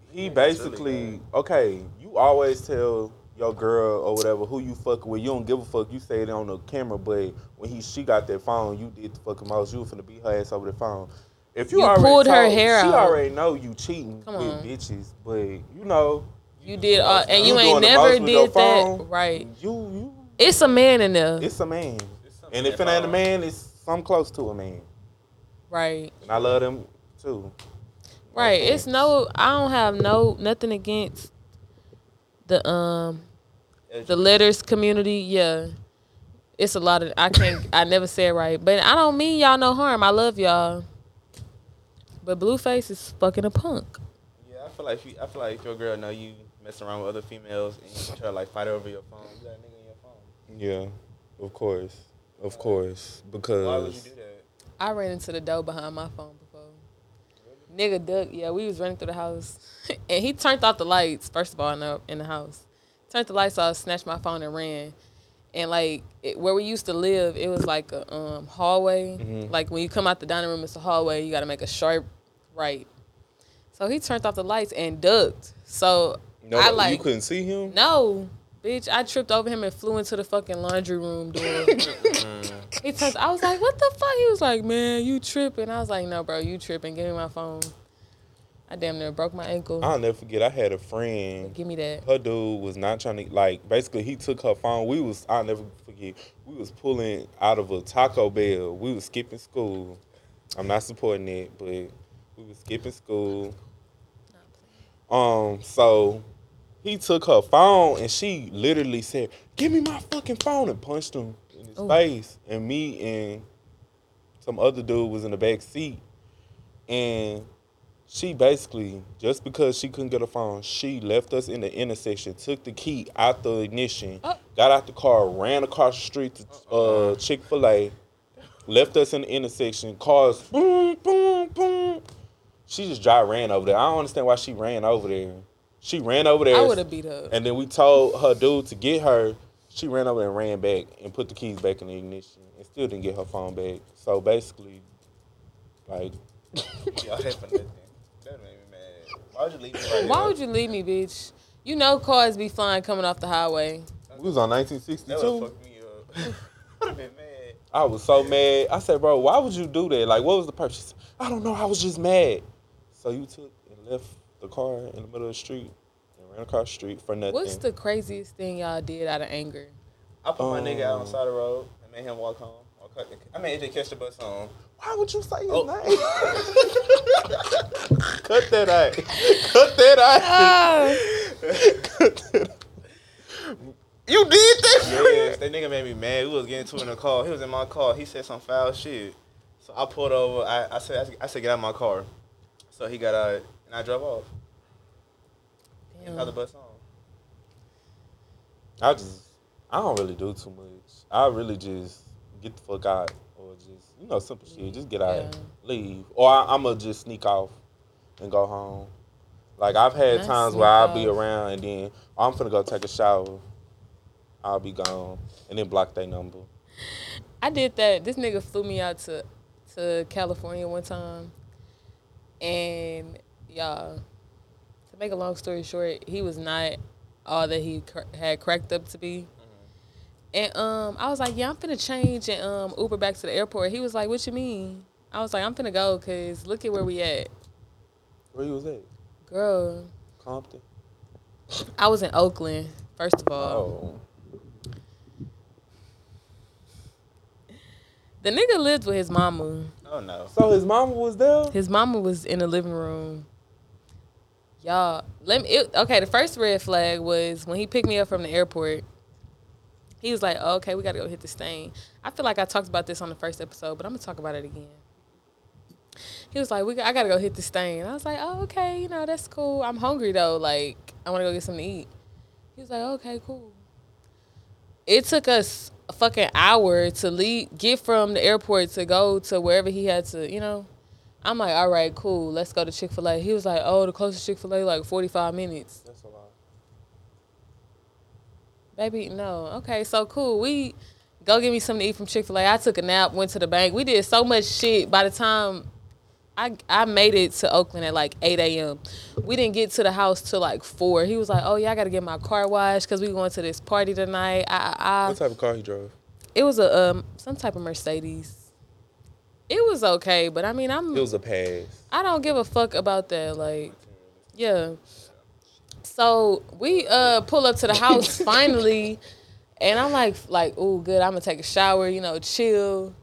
Speaker 1: he
Speaker 4: Yeah,
Speaker 1: basically okay. You always tell your girl or whatever who you fuck with. You don't give a fuck. You say it on the camera, but when he she got that phone, you did the fucking most. You was finna beat her ass over the phone. If you,
Speaker 2: You
Speaker 1: already
Speaker 2: pulled her
Speaker 1: told-
Speaker 2: hair
Speaker 1: she
Speaker 2: out.
Speaker 1: already know you cheating
Speaker 2: Come
Speaker 1: with
Speaker 2: on.
Speaker 1: bitches. But you know
Speaker 2: You did, all, and you,
Speaker 1: You
Speaker 2: ain't
Speaker 1: doing the
Speaker 2: never
Speaker 1: most with your
Speaker 2: did that,
Speaker 1: phone.
Speaker 2: right?
Speaker 1: you you
Speaker 2: It's a man in there,
Speaker 1: it's a man.
Speaker 4: It's something
Speaker 1: And if it
Speaker 4: about-
Speaker 1: ain't a man, it's some close to a man.
Speaker 2: right?
Speaker 1: And I love them too.
Speaker 2: Right. It's no. I don't have no nothing against the um the letters community. Yeah, it's a lot of. I can't. I never said right, but I don't mean y'all no harm. I love y'all. But Blueface is fucking a punk.
Speaker 4: Yeah, I feel like if you, I feel like if your girl know you messing around with other females and you try to like fight over your phone, you got a nigga in your phone.
Speaker 1: Yeah, of course, of course,
Speaker 4: Why would you
Speaker 1: because
Speaker 4: do that?
Speaker 2: I ran into the door behind my phone before. Nigga duck. Yeah, we was running through the house, and he turned off the lights. First of all, in the, in the house, turned the lights off, snatched my phone, and ran. And like it, where we used to live, it was like a um, hallway. Like when you come out the dining room, it's a hallway. You got to make a sharp right. So he turned off the lights and ducked. So
Speaker 1: no,
Speaker 2: I
Speaker 1: you
Speaker 2: like
Speaker 1: couldn't see him.
Speaker 2: no, bitch. I tripped over him and flew into the fucking laundry room door. he turns. I was like, "What the fuck?" He was like, "Man, you tripping?" I was like, "No, bro, you tripping? Give me my phone." I damn near broke my ankle.
Speaker 1: I'll never forget. I had a friend.
Speaker 2: Give me that.
Speaker 1: Her dude was not trying to like. Basically, he took her phone. We was. I'll never forget. We was pulling out of a Taco Bell. We was skipping school. I'm not supporting it, but we was skipping school. Um, so he took her phone and she literally said, Give me my fucking phone and punched him in his
Speaker 2: Ooh.
Speaker 1: face. And me and some other dude was in the back seat. And she basically, just because she couldn't get a phone, she left us in the intersection, took the key out the ignition,
Speaker 2: Oh.
Speaker 1: got out the car, ran across the street to uh, Chick fil A, left us in the intersection, cars boom, boom, boom. She just dry ran over there. I don't understand why she ran over there. She ran over there.
Speaker 2: I would have beat her.
Speaker 1: And then we told her dude to get her. She ran over and ran back and put the keys back in the ignition and still didn't get her phone back. So basically, like,
Speaker 4: Y'all had for nothing. That made me mad. Why would you leave me right there?
Speaker 2: Why would you leave me, bitch? You know cars be flying coming off the highway.
Speaker 1: we was on
Speaker 4: That would
Speaker 1: 1962.
Speaker 4: fuck me up. I'd have been mad.
Speaker 1: I was so mad. I said, bro, why would you do that? Like, what was the purchase? I don't know. I was just mad. So you took and left the car in the middle of the street and ran across the street for nothing.
Speaker 2: What's the craziest thing y'all did out of anger?
Speaker 4: I put my nigga out on
Speaker 1: Oh.
Speaker 4: the side of the road and made him walk home. Or cut the- I made AJ catch the bus home.
Speaker 1: why would you say his
Speaker 4: Oh.
Speaker 1: name? Cut that out. Cut that out. Cut that out. You did that?
Speaker 4: Yes, that nigga made me mad. We was getting to it in the car. He was in my car. He said some foul shit. So I pulled over. I, I said, I said, get out of my car. So he got out and I drove off. And caught the
Speaker 2: Damn.
Speaker 4: bus home.
Speaker 1: I just, I don't really do too much. I really just get the fuck out or just, you know, simple shit. Just get out,
Speaker 2: Yeah.
Speaker 1: leave. Or I, I'm going to just sneak off and go home. Like, I've had
Speaker 2: I
Speaker 1: times
Speaker 2: sneak
Speaker 1: where I'll be
Speaker 2: off.
Speaker 1: around and then oh, I'm finna go take a shower. I'll be gone and then block their number.
Speaker 2: I did that. This nigga flew me out to to California one time, and y'all. To make a long story short, he was not all that he cr- had cracked up to be. And um, I was like, yeah, I'm finna change and um Uber back to the airport. He was like, what you mean? I was like, I'm finna go, cause look at where we at,
Speaker 1: Where you was at?
Speaker 2: girl.
Speaker 1: Compton?
Speaker 4: Oh.
Speaker 2: I was in Oakland, first of all.
Speaker 1: Oh.
Speaker 2: The nigga lived with his mama.
Speaker 4: Oh no.
Speaker 1: So his mama was there.
Speaker 2: His mama was in the living room. Y'all, let me. It, okay, the first red flag was when he picked me up from the airport. He was like, oh, "Okay, we gotta go hit this thing." I feel like I talked about this on the first episode, but I'm gonna talk about it again. He was like, "We, got- I gotta go hit this thing," and I was like, "Oh, okay, you know that's cool. I'm hungry though. Like, I want to go get something to eat." He was like, "Okay, cool." It took us a fucking hour to leave, get from the airport to go to wherever he had to, you know. I'm like, all right, cool, let's go to Chick Fil A. He was like, oh, the closest Chick Fil A like 45 minutes.
Speaker 1: That's a lot.
Speaker 2: Baby, no. Okay, so cool. We go get me something to eat from Chick Fil A. I took a nap, went to the bank. We did so much shit. By the time I I made it to Oakland at like 8 a.m., we didn't get to the house till like four. He was like, oh yeah, I gotta get my car washed because we going to this party tonight. I, I, I.
Speaker 1: What type of car he drove?
Speaker 2: It was a um some type of Mercedes. It was okay, but I mean, I'm
Speaker 1: It was a pass.
Speaker 2: I don't give a fuck about that. Like, yeah. So we uh pull up to the house finally, and I'm like, like, ooh, good. I'm gonna take a shower, you know, chill.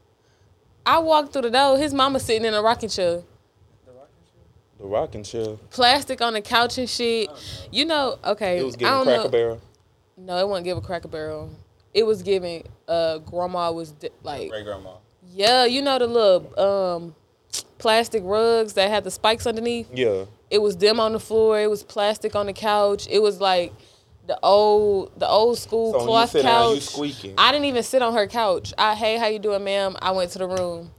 Speaker 2: I walk through the door. His mama sitting in a rocking chair,
Speaker 1: The rocking chair.
Speaker 2: plastic on the couch and shit. You know, okay.
Speaker 1: It was
Speaker 2: I
Speaker 1: getting
Speaker 2: don't
Speaker 1: Cracker
Speaker 2: know.
Speaker 1: Barrel.
Speaker 2: No, it wasn't give a cracker barrel. It was giving. Uh, grandma was di- like,
Speaker 4: Great grandma.
Speaker 2: yeah, you know the little um plastic rugs that had the spikes underneath.
Speaker 1: Yeah.
Speaker 2: it was them on the floor. It was plastic on the couch. It was like the old the old school
Speaker 1: So when you
Speaker 2: cloth
Speaker 1: sit down, you
Speaker 2: couch.
Speaker 1: squeaking.
Speaker 2: I didn't even sit on her couch. I hey, how you doing, ma'am? I went to the room.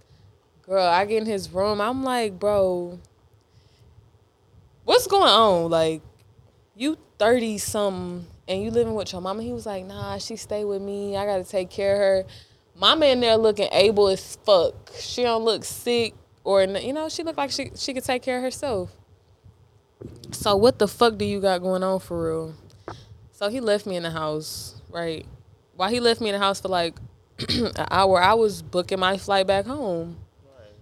Speaker 2: Girl, I get in his room. I'm like, bro, what's going on? Like, you thirty something and you living with your mama? He was like, nah, she stay with me. I gotta take care of her. Mama in there looking able as fuck. She don't look sick or n- you know, she look like she she could take care of herself. So what the fuck do you got going on for real? So he left me in the house, right? While he left me in the house for like an hour, I was booking my flight back home.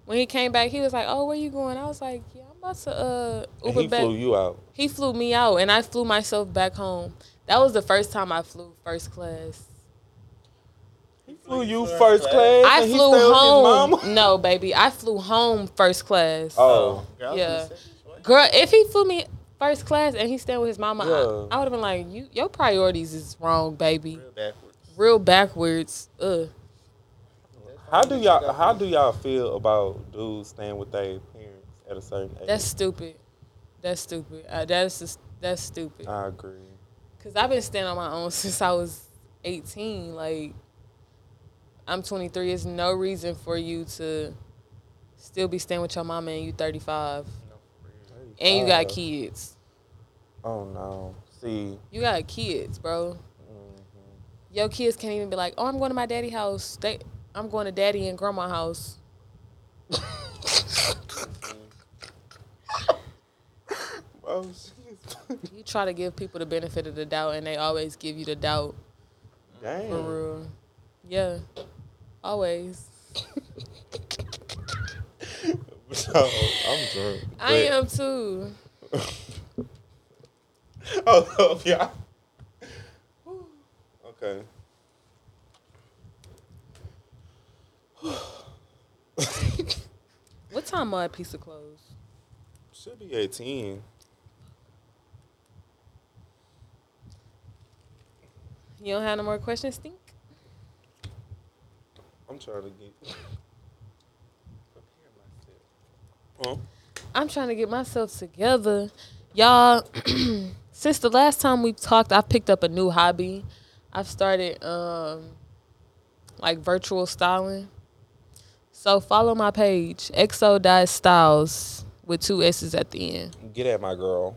Speaker 2: When he came back, he was like, "Oh, where you going?" I was like, "Yeah, I'm about to uh
Speaker 1: And
Speaker 2: Uber
Speaker 1: he
Speaker 2: back."
Speaker 1: flew you out.
Speaker 2: He flew me out, and I flew myself back home. That was the first time I flew first class.
Speaker 1: He flew you first class.
Speaker 2: I
Speaker 1: and he stayed
Speaker 2: flew
Speaker 1: with his
Speaker 2: home.
Speaker 1: mama?
Speaker 2: No, baby, I flew home first class.
Speaker 1: Oh.
Speaker 4: Girl, I was
Speaker 2: Yeah.
Speaker 4: gonna say, what?
Speaker 2: Girl, if he flew me first class and he staying with his mama,
Speaker 1: Yeah.
Speaker 2: I, I would have been like, "You, your priorities is wrong, baby.
Speaker 4: Real backwards.
Speaker 2: Real backwards." Ugh.
Speaker 1: How do y'all how do y'all feel about dudes staying with their parents at a certain age?
Speaker 2: That's stupid. That's stupid. Uh, that's just that's stupid.
Speaker 1: I agree.
Speaker 2: Cause I've been standing on my own since I was 18. Like I'm 23. There's no reason for you to still be staying with your mama and you 35 and you
Speaker 1: Uh.
Speaker 2: got kids.
Speaker 1: Oh no. See,
Speaker 2: You got kids, bro. Your kids can't even be like, oh, I'm going to my daddy house. They, I'm going to daddy and grandma house.
Speaker 1: oh, she is-
Speaker 2: You try to give people the benefit of the doubt, and they always give you the doubt. For
Speaker 1: Damn.
Speaker 2: real. Yeah. Always.
Speaker 1: I'm drunk.
Speaker 2: I am too.
Speaker 1: Oh yeah. Okay.
Speaker 2: What time are a piece of clothes?
Speaker 1: Should be 18.
Speaker 2: You don't have no more questions, Stink?
Speaker 1: I'm trying to get. Huh?
Speaker 2: I'm trying to get myself together. Y'all, since the last time we talked, I picked up a new hobby. I've started um like virtual styling. So follow my page, exo styles with two S's at the end.
Speaker 1: Get at my girl.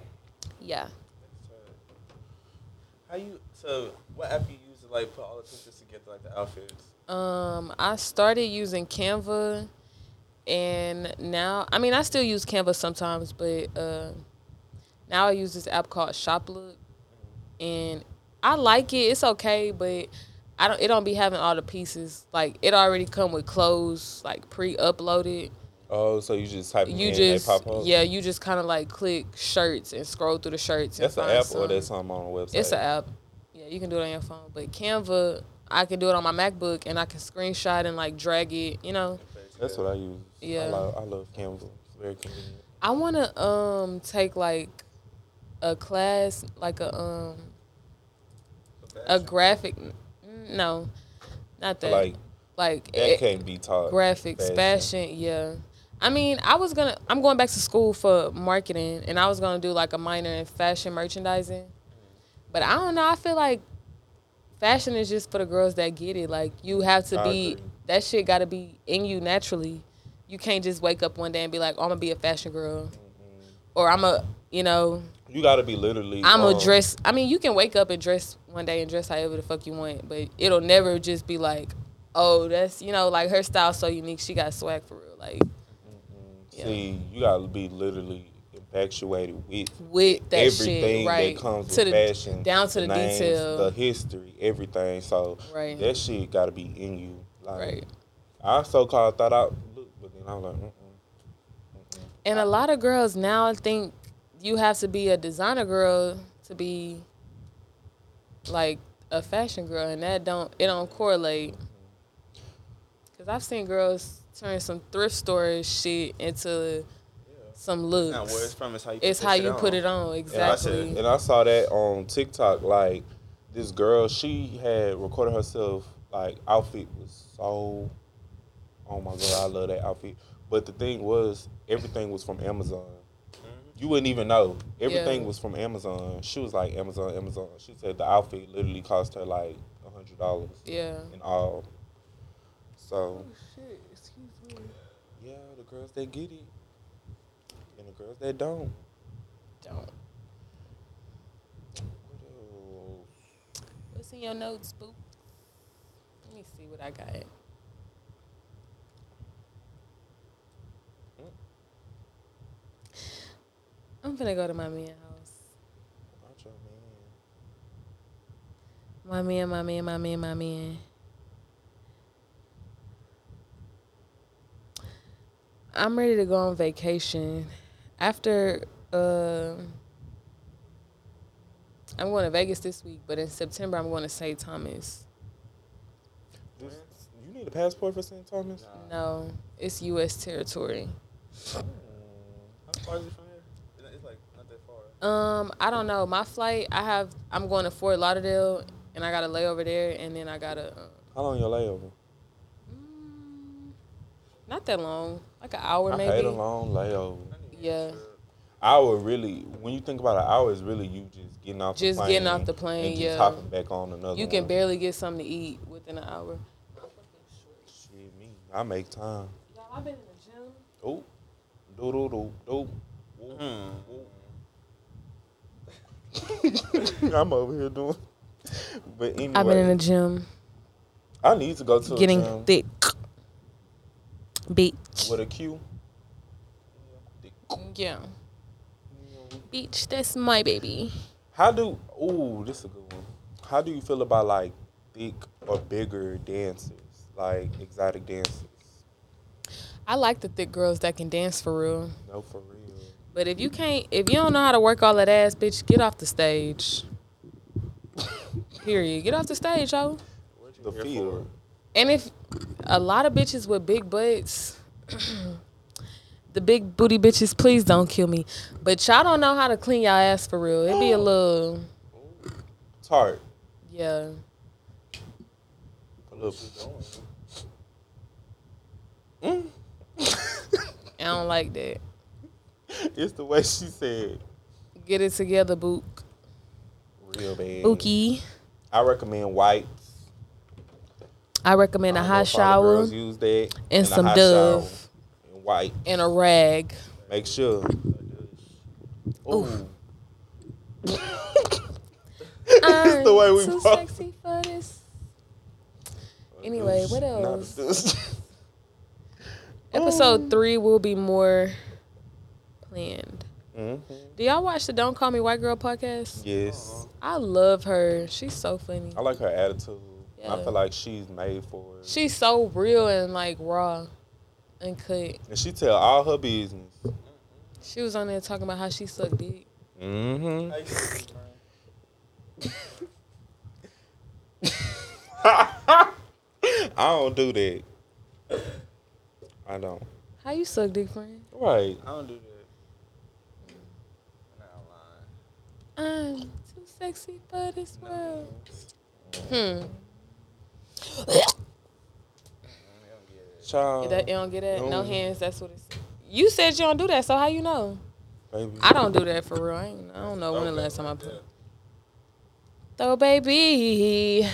Speaker 2: Yeah.
Speaker 4: How you? So what app you use to like put all the pictures together, like the outfits?
Speaker 2: Um, I started using Canva, and now I mean I still use Canva sometimes, but uh, now I use this app called Shoplook, and I like it. It's okay, but I don't. It don't be having all the pieces. Like it already come with clothes, like pre-uploaded.
Speaker 1: Oh, so you just type
Speaker 2: You
Speaker 1: in
Speaker 2: just
Speaker 1: they pop up?
Speaker 2: yeah, you just kind of like click shirts and scroll through the shirts.
Speaker 1: That's
Speaker 2: and
Speaker 1: an
Speaker 2: find
Speaker 1: app or
Speaker 2: some.
Speaker 1: that's something on the website.
Speaker 2: It's an app. Yeah, you can do it on your phone. But Canva, I can do it on my MacBook and I can screenshot and like drag it, you know.
Speaker 1: That's what I use.
Speaker 2: Yeah.
Speaker 1: I love, I love Canva. It's very convenient.
Speaker 2: I want to um take like a class like a um a graphic mm, no, not that.
Speaker 1: Like
Speaker 2: like
Speaker 1: that
Speaker 2: eh,
Speaker 1: can't be taught.
Speaker 2: graphics, fashion. yeah. I mean, I was gonna. I'm going back to school for marketing, and I was gonna do like a minor in fashion merchandising. But I don't know. I feel like fashion is just for the girls that get it. Like you have to
Speaker 1: I
Speaker 2: be.
Speaker 1: agree.
Speaker 2: That shit got to be in you naturally. You can't just wake up one day and be like, oh, "I'm gonna be a fashion girl,"
Speaker 1: Mm-hmm.
Speaker 2: or "I'm a," you know,
Speaker 1: You gotta be literally.
Speaker 2: "I'm
Speaker 1: um,
Speaker 2: a dress." I mean, you can wake up and dress one day and dress however the fuck you want, but it'll never just be like, "Oh, that's you know, like her style's so unique. She got swag for real." Like Yeah.
Speaker 1: See, you gotta be literally infatuated with
Speaker 2: with that
Speaker 1: everything
Speaker 2: shit, right?
Speaker 1: that comes
Speaker 2: to
Speaker 1: with
Speaker 2: the
Speaker 1: fashion,
Speaker 2: down to the
Speaker 1: names,
Speaker 2: detail.
Speaker 1: the history, everything. So
Speaker 2: Right.
Speaker 1: that shit gotta be in you. Like,
Speaker 2: right.
Speaker 1: I so called thought I looked, but then I was like, mm, Mm-mm.
Speaker 2: And a lot of girls now think you have to be a designer girl to be like a fashion girl, and that don't it don't correlate. Cause I've seen girls turn some thrift store shit into some looks.
Speaker 4: Now, where it's from is how you
Speaker 2: it's
Speaker 4: put
Speaker 2: how
Speaker 4: that shit
Speaker 2: you put
Speaker 4: on.
Speaker 2: it
Speaker 1: And
Speaker 2: on
Speaker 1: I said-
Speaker 2: exactly.
Speaker 1: And I saw that on TikTok. Like this girl, she had recorded herself. Like outfit was so. Oh my god, I love that outfit. But the thing was, everything was from Amazon. You wouldn't even know. Everything
Speaker 2: Yeah.
Speaker 1: was from Amazon. She was like Amazon, Amazon. She said the outfit literally cost her like a hundred dollars
Speaker 2: yeah.
Speaker 1: in all. So
Speaker 2: Oh, Shit, excuse me.
Speaker 1: yeah, the girls they get it, and the girls they don't.
Speaker 2: Don't.
Speaker 1: What else?
Speaker 2: What's in your notes, boo? Let me see what I got. I'm finna go to my man house.
Speaker 1: About your man.
Speaker 2: My man, my man, my man, my man. I'm ready to go on vacation. After uh, I'm going to Vegas this week, but in September I'm going to St. Thomas.
Speaker 1: This, you need a passport for St. Thomas?
Speaker 2: No, it's U.S. territory.
Speaker 4: How far is it from here? It's not- It's like not that far.
Speaker 2: Um, I don't know. My flight, I have. I'm going to Fort Lauderdale, and I got to lay over there, and then I got um, to.
Speaker 1: How long your layover?
Speaker 2: Um, not that long, like an hour maybe.
Speaker 1: I hate a long layover.
Speaker 4: I need to
Speaker 2: Yeah.
Speaker 4: make sure.
Speaker 1: Hour really, when you think about an hour, is really you just getting off
Speaker 2: Just
Speaker 1: the plane.
Speaker 2: getting off the plane,
Speaker 1: and
Speaker 2: yeah.
Speaker 1: just hopping back on another
Speaker 2: You can
Speaker 1: one.
Speaker 2: barely get something to eat within an hour.
Speaker 1: Shit, me. I make time.
Speaker 2: Y'all, I've been in the gym.
Speaker 1: Oop. Doo doo doo doo.
Speaker 4: Hmm.
Speaker 1: Mm-hmm. Whoop. I'm over here doing. But anyway,
Speaker 2: I've been in the gym
Speaker 1: I need to go to
Speaker 2: getting
Speaker 1: a gym
Speaker 2: thick. Beach.
Speaker 1: with a Q.
Speaker 2: Yeah. Beach, that's my baby.
Speaker 1: How do? Ooh, this is a good one. How do you feel about like thick or bigger dancers, like exotic dancers?
Speaker 2: I like the thick girls that can dance for real.
Speaker 1: No, for real.
Speaker 2: But if you can't, if you don't know how to work all that ass, bitch, get off the stage. Period. Get off the stage, yo.
Speaker 4: What you
Speaker 1: The
Speaker 4: here
Speaker 1: field.
Speaker 2: And if a lot of bitches with big butts, the big booty bitches, please don't kill me. But y'all don't know how to clean y'all ass for real. It be a little,
Speaker 1: Tart.
Speaker 2: yeah.
Speaker 1: A little-
Speaker 4: for? Going.
Speaker 2: I don't like that.
Speaker 1: Mm. It's the way she said.
Speaker 2: Get it together, Book.
Speaker 1: Real bad.
Speaker 2: Bookie.
Speaker 1: I recommend whites.
Speaker 2: I recommend
Speaker 1: I
Speaker 2: a
Speaker 1: don't know
Speaker 2: hot
Speaker 1: if all the
Speaker 2: shower
Speaker 1: Girls use that.
Speaker 2: and
Speaker 1: a
Speaker 2: some
Speaker 1: hot
Speaker 2: Dove
Speaker 1: shower And white.
Speaker 2: and a rag.
Speaker 1: Make sure. Ooh.
Speaker 2: I'm
Speaker 1: the way we
Speaker 2: too
Speaker 1: roll.
Speaker 2: sexy for this. Anyway, what
Speaker 1: Not a
Speaker 2: else?
Speaker 1: douche.
Speaker 2: Episode three will be more planned.
Speaker 1: Mhm.
Speaker 2: Do y'all watch the Don't Call Me White Girl podcast?
Speaker 1: Yes.
Speaker 2: I love her. She's so funny.
Speaker 1: I like her attitude. I
Speaker 2: Yeah.
Speaker 1: feel like she's made for it.
Speaker 2: She's so real and like raw and cut.
Speaker 1: and she tell all her business.
Speaker 2: She was on there talking about how she sucked dick.
Speaker 1: Mm-hmm.
Speaker 4: How you doing, man?
Speaker 1: don't do that. I don't.
Speaker 2: How you suck dick, friend?
Speaker 1: Right.
Speaker 4: I don't do that. Nah, I'm lying.
Speaker 2: I'm too sexy for this world. Hmm.
Speaker 4: I don't get it.
Speaker 1: Child.
Speaker 2: That, you don't get that? No
Speaker 1: no.
Speaker 2: hands. That's what it's. You said you don't do that, so how you know?
Speaker 1: baby.
Speaker 2: I don't do that for real. I, ain't, I don't know when the
Speaker 4: Okay,
Speaker 2: last time I
Speaker 4: right
Speaker 2: put.
Speaker 4: there.
Speaker 2: Though, baby,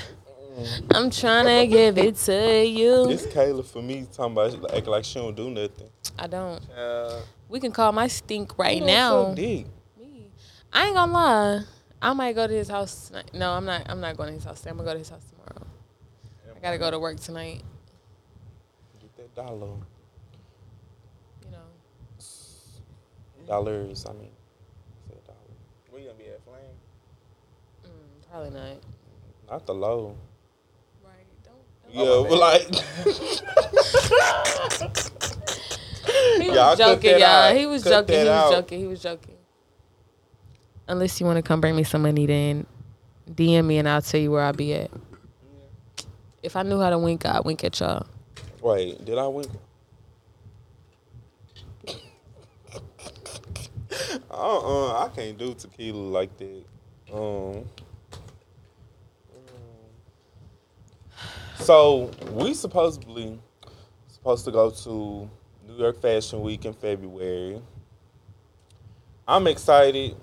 Speaker 2: I'm trying to give it to you.
Speaker 1: It's Kayla for me talking about she like- act like she don't do nothing.
Speaker 2: I don't.
Speaker 4: Uh,
Speaker 2: We can call my stink
Speaker 1: You
Speaker 2: right
Speaker 1: don't
Speaker 2: now.
Speaker 1: suck dick.
Speaker 2: Me. I ain't gonna lie. I might go to his house tonight. No, I'm not. I'm not going to his house. Today. I'm gonna go to his house tomorrow. I gotta go to work tonight.
Speaker 1: Get that dollar.
Speaker 2: You know.
Speaker 1: Dollars, I mean. I said dollar.
Speaker 4: where you gonna be at, Flame?
Speaker 2: Mm, probably not.
Speaker 1: Not the low.
Speaker 2: Right. Don't.
Speaker 1: Yeah, but like
Speaker 2: He was
Speaker 1: Y'all cut
Speaker 2: joking,
Speaker 1: that
Speaker 2: y'all.
Speaker 1: out.
Speaker 2: He was
Speaker 1: Cut
Speaker 2: joking. He
Speaker 1: that
Speaker 2: was
Speaker 1: out.
Speaker 2: joking. He was joking. Unless you want to come bring me some money, then DM me and I'll tell you where I'll be at. If I knew how to wink, I'd wink at y'all.
Speaker 1: Wait, did I win? uh uh I can't do tequila like that. Um. mm. So we supposedly supposed to go to New York Fashion Week in February. I'm excited.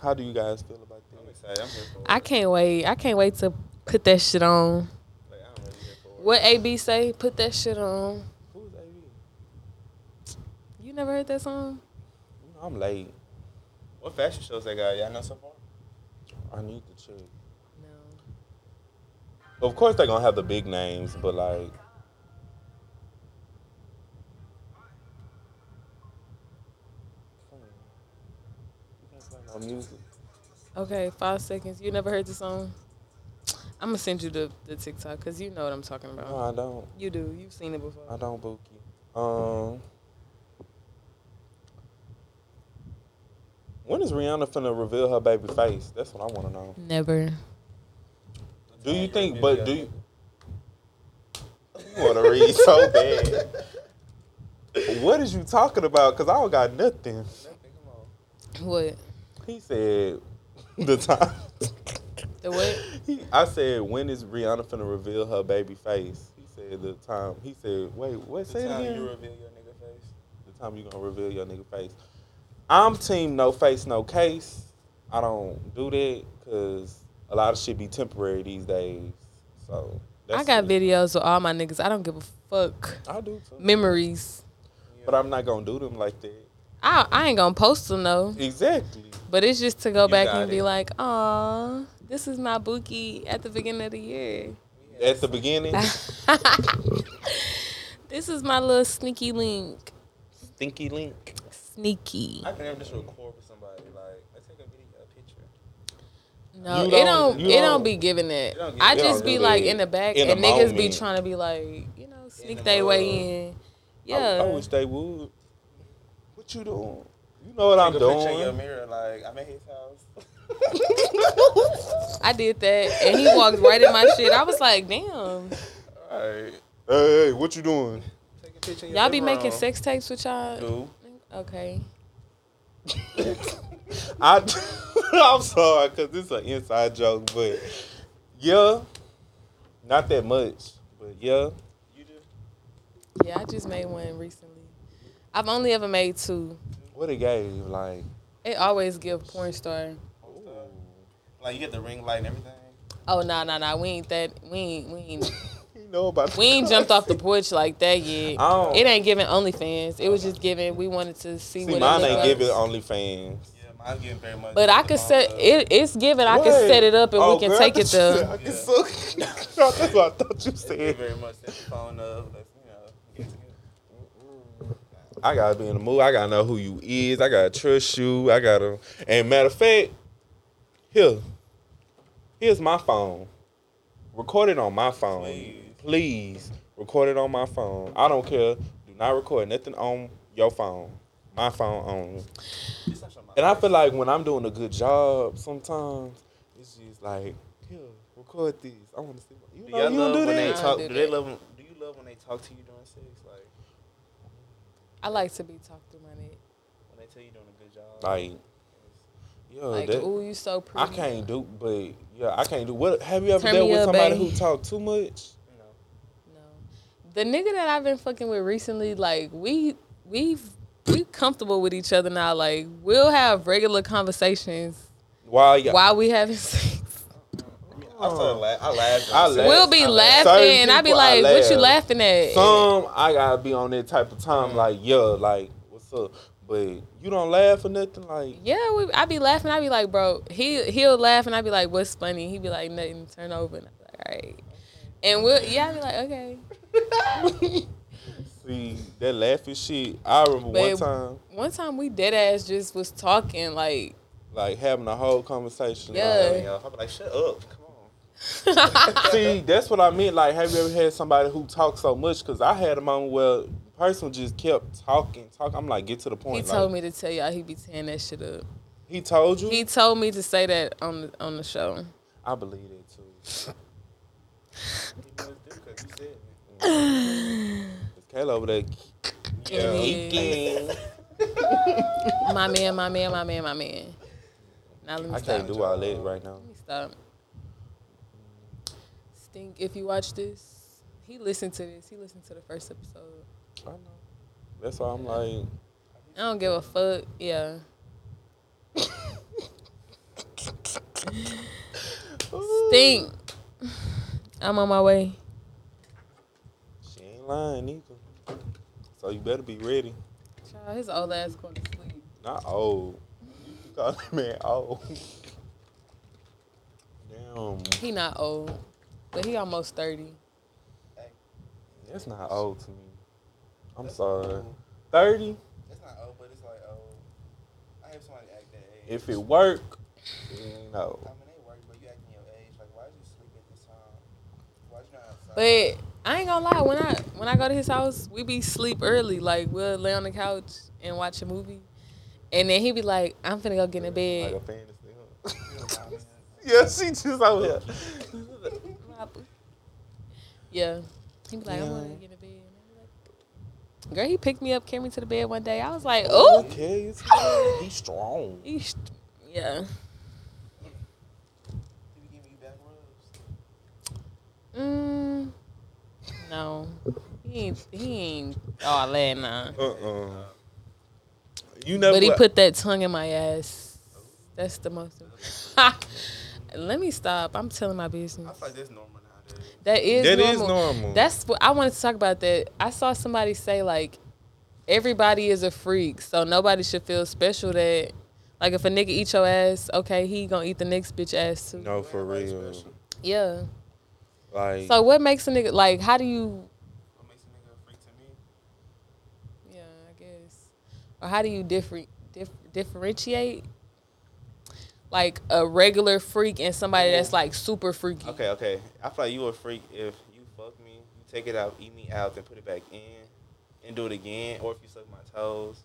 Speaker 1: How do you guys feel about
Speaker 4: I'm
Speaker 1: that?
Speaker 4: excited. I'm here for it.
Speaker 2: I can't wait. I can't wait to put that shit on.
Speaker 4: Like, I'm really here for it.
Speaker 2: What AB say? Put that shit on.
Speaker 1: Who's AB?
Speaker 2: You never heard that song?
Speaker 1: I'm late.
Speaker 4: What fashion shows they got? Y'all know so far?
Speaker 1: I need to check.
Speaker 2: No.
Speaker 1: Of course, they're gonna have the big names, but like, No music.
Speaker 2: Okay, five seconds. You never heard the song? I'm gonna send you the, the TikTok because you know what I'm talking about.
Speaker 1: No, I don't.
Speaker 2: You do. You've seen it before.
Speaker 1: I don't book you. Um, when is Rihanna finna reveal her baby face? That's what I want to know.
Speaker 2: Never.
Speaker 1: Do you think? But do you? You want to read so bad. What is you talking about? Cause I don't got nothing.
Speaker 4: Nothing, come on.
Speaker 2: What?
Speaker 1: He said the time.
Speaker 2: The what?
Speaker 1: He, I said, when is Rihanna finna reveal her baby face? He said the time. He said, wait, what? Say
Speaker 4: the
Speaker 1: it
Speaker 4: time
Speaker 1: again.
Speaker 4: you reveal your nigga face.
Speaker 1: the time you gonna reveal your nigga face. I'm team no face, no case. I don't do that because a lot of shit be temporary these days. So
Speaker 2: I got
Speaker 1: it.
Speaker 2: videos of all my niggas. I don't give a fuck.
Speaker 1: I do too.
Speaker 2: Memories.
Speaker 1: but I'm not gonna do them like that.
Speaker 2: I I ain't gonna post them though.
Speaker 1: Exactly.
Speaker 2: But it's just to go back
Speaker 4: got
Speaker 2: and be
Speaker 4: it.
Speaker 2: like, aw, this is my bookie at the beginning of the year.
Speaker 1: At the beginning,
Speaker 2: this is my little sneaky link.
Speaker 1: stinky link.
Speaker 2: Sneaky.
Speaker 4: I can never just record with somebody. Like, let's take a video, a picture.
Speaker 2: No,
Speaker 1: You
Speaker 2: it
Speaker 1: don't-
Speaker 2: don't.
Speaker 1: you
Speaker 2: it don't,
Speaker 1: don't-
Speaker 2: be giving it.
Speaker 4: You don't give
Speaker 2: I
Speaker 4: it.
Speaker 2: just
Speaker 1: You
Speaker 2: be
Speaker 1: don't
Speaker 2: like
Speaker 1: do it.
Speaker 2: in the back,
Speaker 1: In the
Speaker 2: and niggas be
Speaker 1: moment.
Speaker 2: trying to be like, you know, sneak
Speaker 4: the
Speaker 2: their
Speaker 4: mug.
Speaker 2: way in.
Speaker 1: I-
Speaker 2: Yeah.
Speaker 1: I, wish they would. What you doing? You know what I'm
Speaker 4: take a picture in your
Speaker 1: doing.
Speaker 4: mirror. Like, I'm at his house.
Speaker 2: I did that, and he walked right in my shit. I was like, damn.
Speaker 4: All right.
Speaker 1: Hey, hey, what you doing?
Speaker 4: Take a picture. in your
Speaker 2: Y'all be
Speaker 4: living
Speaker 2: making
Speaker 4: room.
Speaker 2: sex tapes with y'all?
Speaker 4: Do.
Speaker 2: Okay.
Speaker 1: I, I'm sorry, cause this is an inside joke, but yeah, not that much, but yeah,
Speaker 4: You do.
Speaker 2: Yeah, I just made one recently. I've only ever made two.
Speaker 1: what it gave like.
Speaker 2: It always give porn star.
Speaker 4: Like, you get the ring light and everything.
Speaker 2: Oh no no no, we ain't that. We ain't we ain't
Speaker 1: You know about the
Speaker 2: we ain't jumped off the
Speaker 1: concept.
Speaker 2: porch like that yet.
Speaker 1: Oh.
Speaker 2: It ain't giving OnlyFans. It was just giving. We wanted to see,
Speaker 1: See,
Speaker 2: what
Speaker 1: mine
Speaker 2: it
Speaker 1: ain't
Speaker 2: looked
Speaker 1: giving
Speaker 2: like.
Speaker 1: OnlyFans.
Speaker 4: Yeah, mine's getting very much.
Speaker 2: But I could set it. It's giving. I could set it up and
Speaker 1: Oh,
Speaker 2: we can
Speaker 1: girl,
Speaker 2: take it
Speaker 1: that's what you said.
Speaker 2: to.
Speaker 1: I can suck. That's what I thought you
Speaker 4: It's getting
Speaker 1: said.
Speaker 4: very much set the phone up. Let's, you know, get together.
Speaker 1: I gotta be in the mood. I gotta know who you is. I gotta trust you. I gotta. And matter of fact, here, here's my phone. Record it on my phone,
Speaker 4: Please.
Speaker 1: please. record it on my phone. I don't care. Do not record nothing on your phone. My phone only.
Speaker 4: It's not showing my
Speaker 1: And I feel like when I'm doing a good job, sometimes it's just like, here, record this. I want to see. What, you
Speaker 4: Do
Speaker 1: know,
Speaker 4: y'all
Speaker 1: you
Speaker 4: love
Speaker 1: don't do
Speaker 4: when they
Speaker 1: that.
Speaker 2: I
Speaker 4: talk?
Speaker 2: do
Speaker 4: Do they
Speaker 2: that.
Speaker 4: love? Do you love when they talk to you during sex? Like
Speaker 2: I like to be talked to my neck.
Speaker 4: when they tell you doing a good job.
Speaker 1: Like, yeah,
Speaker 2: Like,
Speaker 1: Oh, that,
Speaker 2: ooh, you so
Speaker 1: I
Speaker 2: pretty.
Speaker 1: can't do. But yeah, I can't do. What have you ever
Speaker 2: Turn
Speaker 1: dealt
Speaker 2: me
Speaker 1: with
Speaker 2: up,
Speaker 1: somebody
Speaker 2: baby.
Speaker 1: who talk too much?
Speaker 4: you know,
Speaker 2: No. The nigga that I've been fucking with recently, like we we've we comfortable with each other now. Like we'll have regular conversations
Speaker 1: Why? y'all-
Speaker 2: while we having sex.
Speaker 4: I started la- I laughed.
Speaker 1: I laugh.
Speaker 2: We'll be
Speaker 1: laugh.
Speaker 2: laughing
Speaker 1: Certain
Speaker 2: and I be
Speaker 1: people, I
Speaker 2: like, What you
Speaker 1: laugh.
Speaker 2: laughing at?
Speaker 1: Some I gotta be on that type of
Speaker 2: Mm.
Speaker 1: time. Like yeah, like what's up? But you don't laugh or nothing. Like
Speaker 2: yeah, we, I be laughing. I be like, bro, he he'll laugh, and I be like, what's funny? He be like, nothing. Turn over, and I be like, all right. And we'll yeah, I be like, okay.
Speaker 1: see that laughing shit. I remember
Speaker 2: Babe.
Speaker 1: one time
Speaker 2: One time we dead ass just was talking like,
Speaker 1: like having a whole conversation.
Speaker 2: Yeah.
Speaker 1: like,
Speaker 4: I'll be like, shut up, come on.
Speaker 1: See, that's what I meant. Like, have you ever had somebody who talks so much? Because I had a moment where the person just kept talking, talking. I'm like, get to the point.
Speaker 2: he
Speaker 1: Like,
Speaker 2: told me to tell y'all he be tearing that shit up.
Speaker 1: He told you.
Speaker 2: He told me to say that on the, on the show.
Speaker 1: I believe it too.
Speaker 4: You must do 'cause you said it.
Speaker 1: Kayla over there geeking.
Speaker 2: My man, my man, my man, my man. Now let me
Speaker 1: I
Speaker 2: stop.
Speaker 1: can't do all that right now.
Speaker 2: Let me stop. Stink, if you watch this, he listened to this. He listened to the first episode.
Speaker 1: I know. That's why I'm like,
Speaker 2: I don't give a fuck. Yeah. Stink. I'm on my way.
Speaker 1: she ain't lying either. So you better be ready.
Speaker 2: Child, his old ass going to sleep.
Speaker 1: Not old. You call that man old. Damn,
Speaker 2: He not old, but he almost thirty.
Speaker 1: that's not old to me. I'm
Speaker 4: That's
Speaker 1: sorry.
Speaker 4: cool.
Speaker 1: Thirty.
Speaker 4: It's not old, but it's like old. I have somebody act that age.
Speaker 1: If it work, then no.
Speaker 4: I mean, they work, but you acting your age. Like, why is you sleep at this time? Why is you not outside?
Speaker 2: But I ain't gonna lie, when I when I go to his house, we be sleep early. Like we'll lay on the couch and watch a movie, and then he be like, "I'm finna go get in the
Speaker 1: Like a
Speaker 2: bed."
Speaker 1: fantasy. Huh?
Speaker 4: I mean,
Speaker 1: yeah, she just over here.
Speaker 2: Yeah, he be like, "I'm gonna get in the bed." And I be like, Girl, he picked me up, carried me to the bed one day. I was like, "Oh,
Speaker 1: Okay, it's, he's strong.
Speaker 2: he sh- yeah."
Speaker 4: he be giving you back rubs.
Speaker 2: Mm, no, he ain't. He ain't all that nah.
Speaker 1: Uh uh You never.
Speaker 2: But he put that tongue in my ass. That's the most. Let me stop. I'm telling my business.
Speaker 4: I feel like that's normal nowadays.
Speaker 2: That is
Speaker 1: That
Speaker 2: normal.
Speaker 1: is normal.
Speaker 2: That's what I wanted to talk about. That I saw somebody say like, everybody is a freak, so nobody should feel special. That like if a nigga eat your ass, okay, he gonna eat the next bitch ass too.
Speaker 4: Oh,
Speaker 1: no for
Speaker 4: Everybody
Speaker 1: real.
Speaker 4: special.
Speaker 2: Yeah.
Speaker 1: Like
Speaker 2: So what makes a nigga like? How do you?
Speaker 4: What makes a nigga a freak to me?
Speaker 2: Yeah, I guess. Or how do you different dif- differentiate? Like a regular freak and somebody that's like super freaky.
Speaker 4: Okay, okay. I feel like you a freak if you fuck me, you take it out, eat me out, then put it back in, and do it again, or if you suck my toes.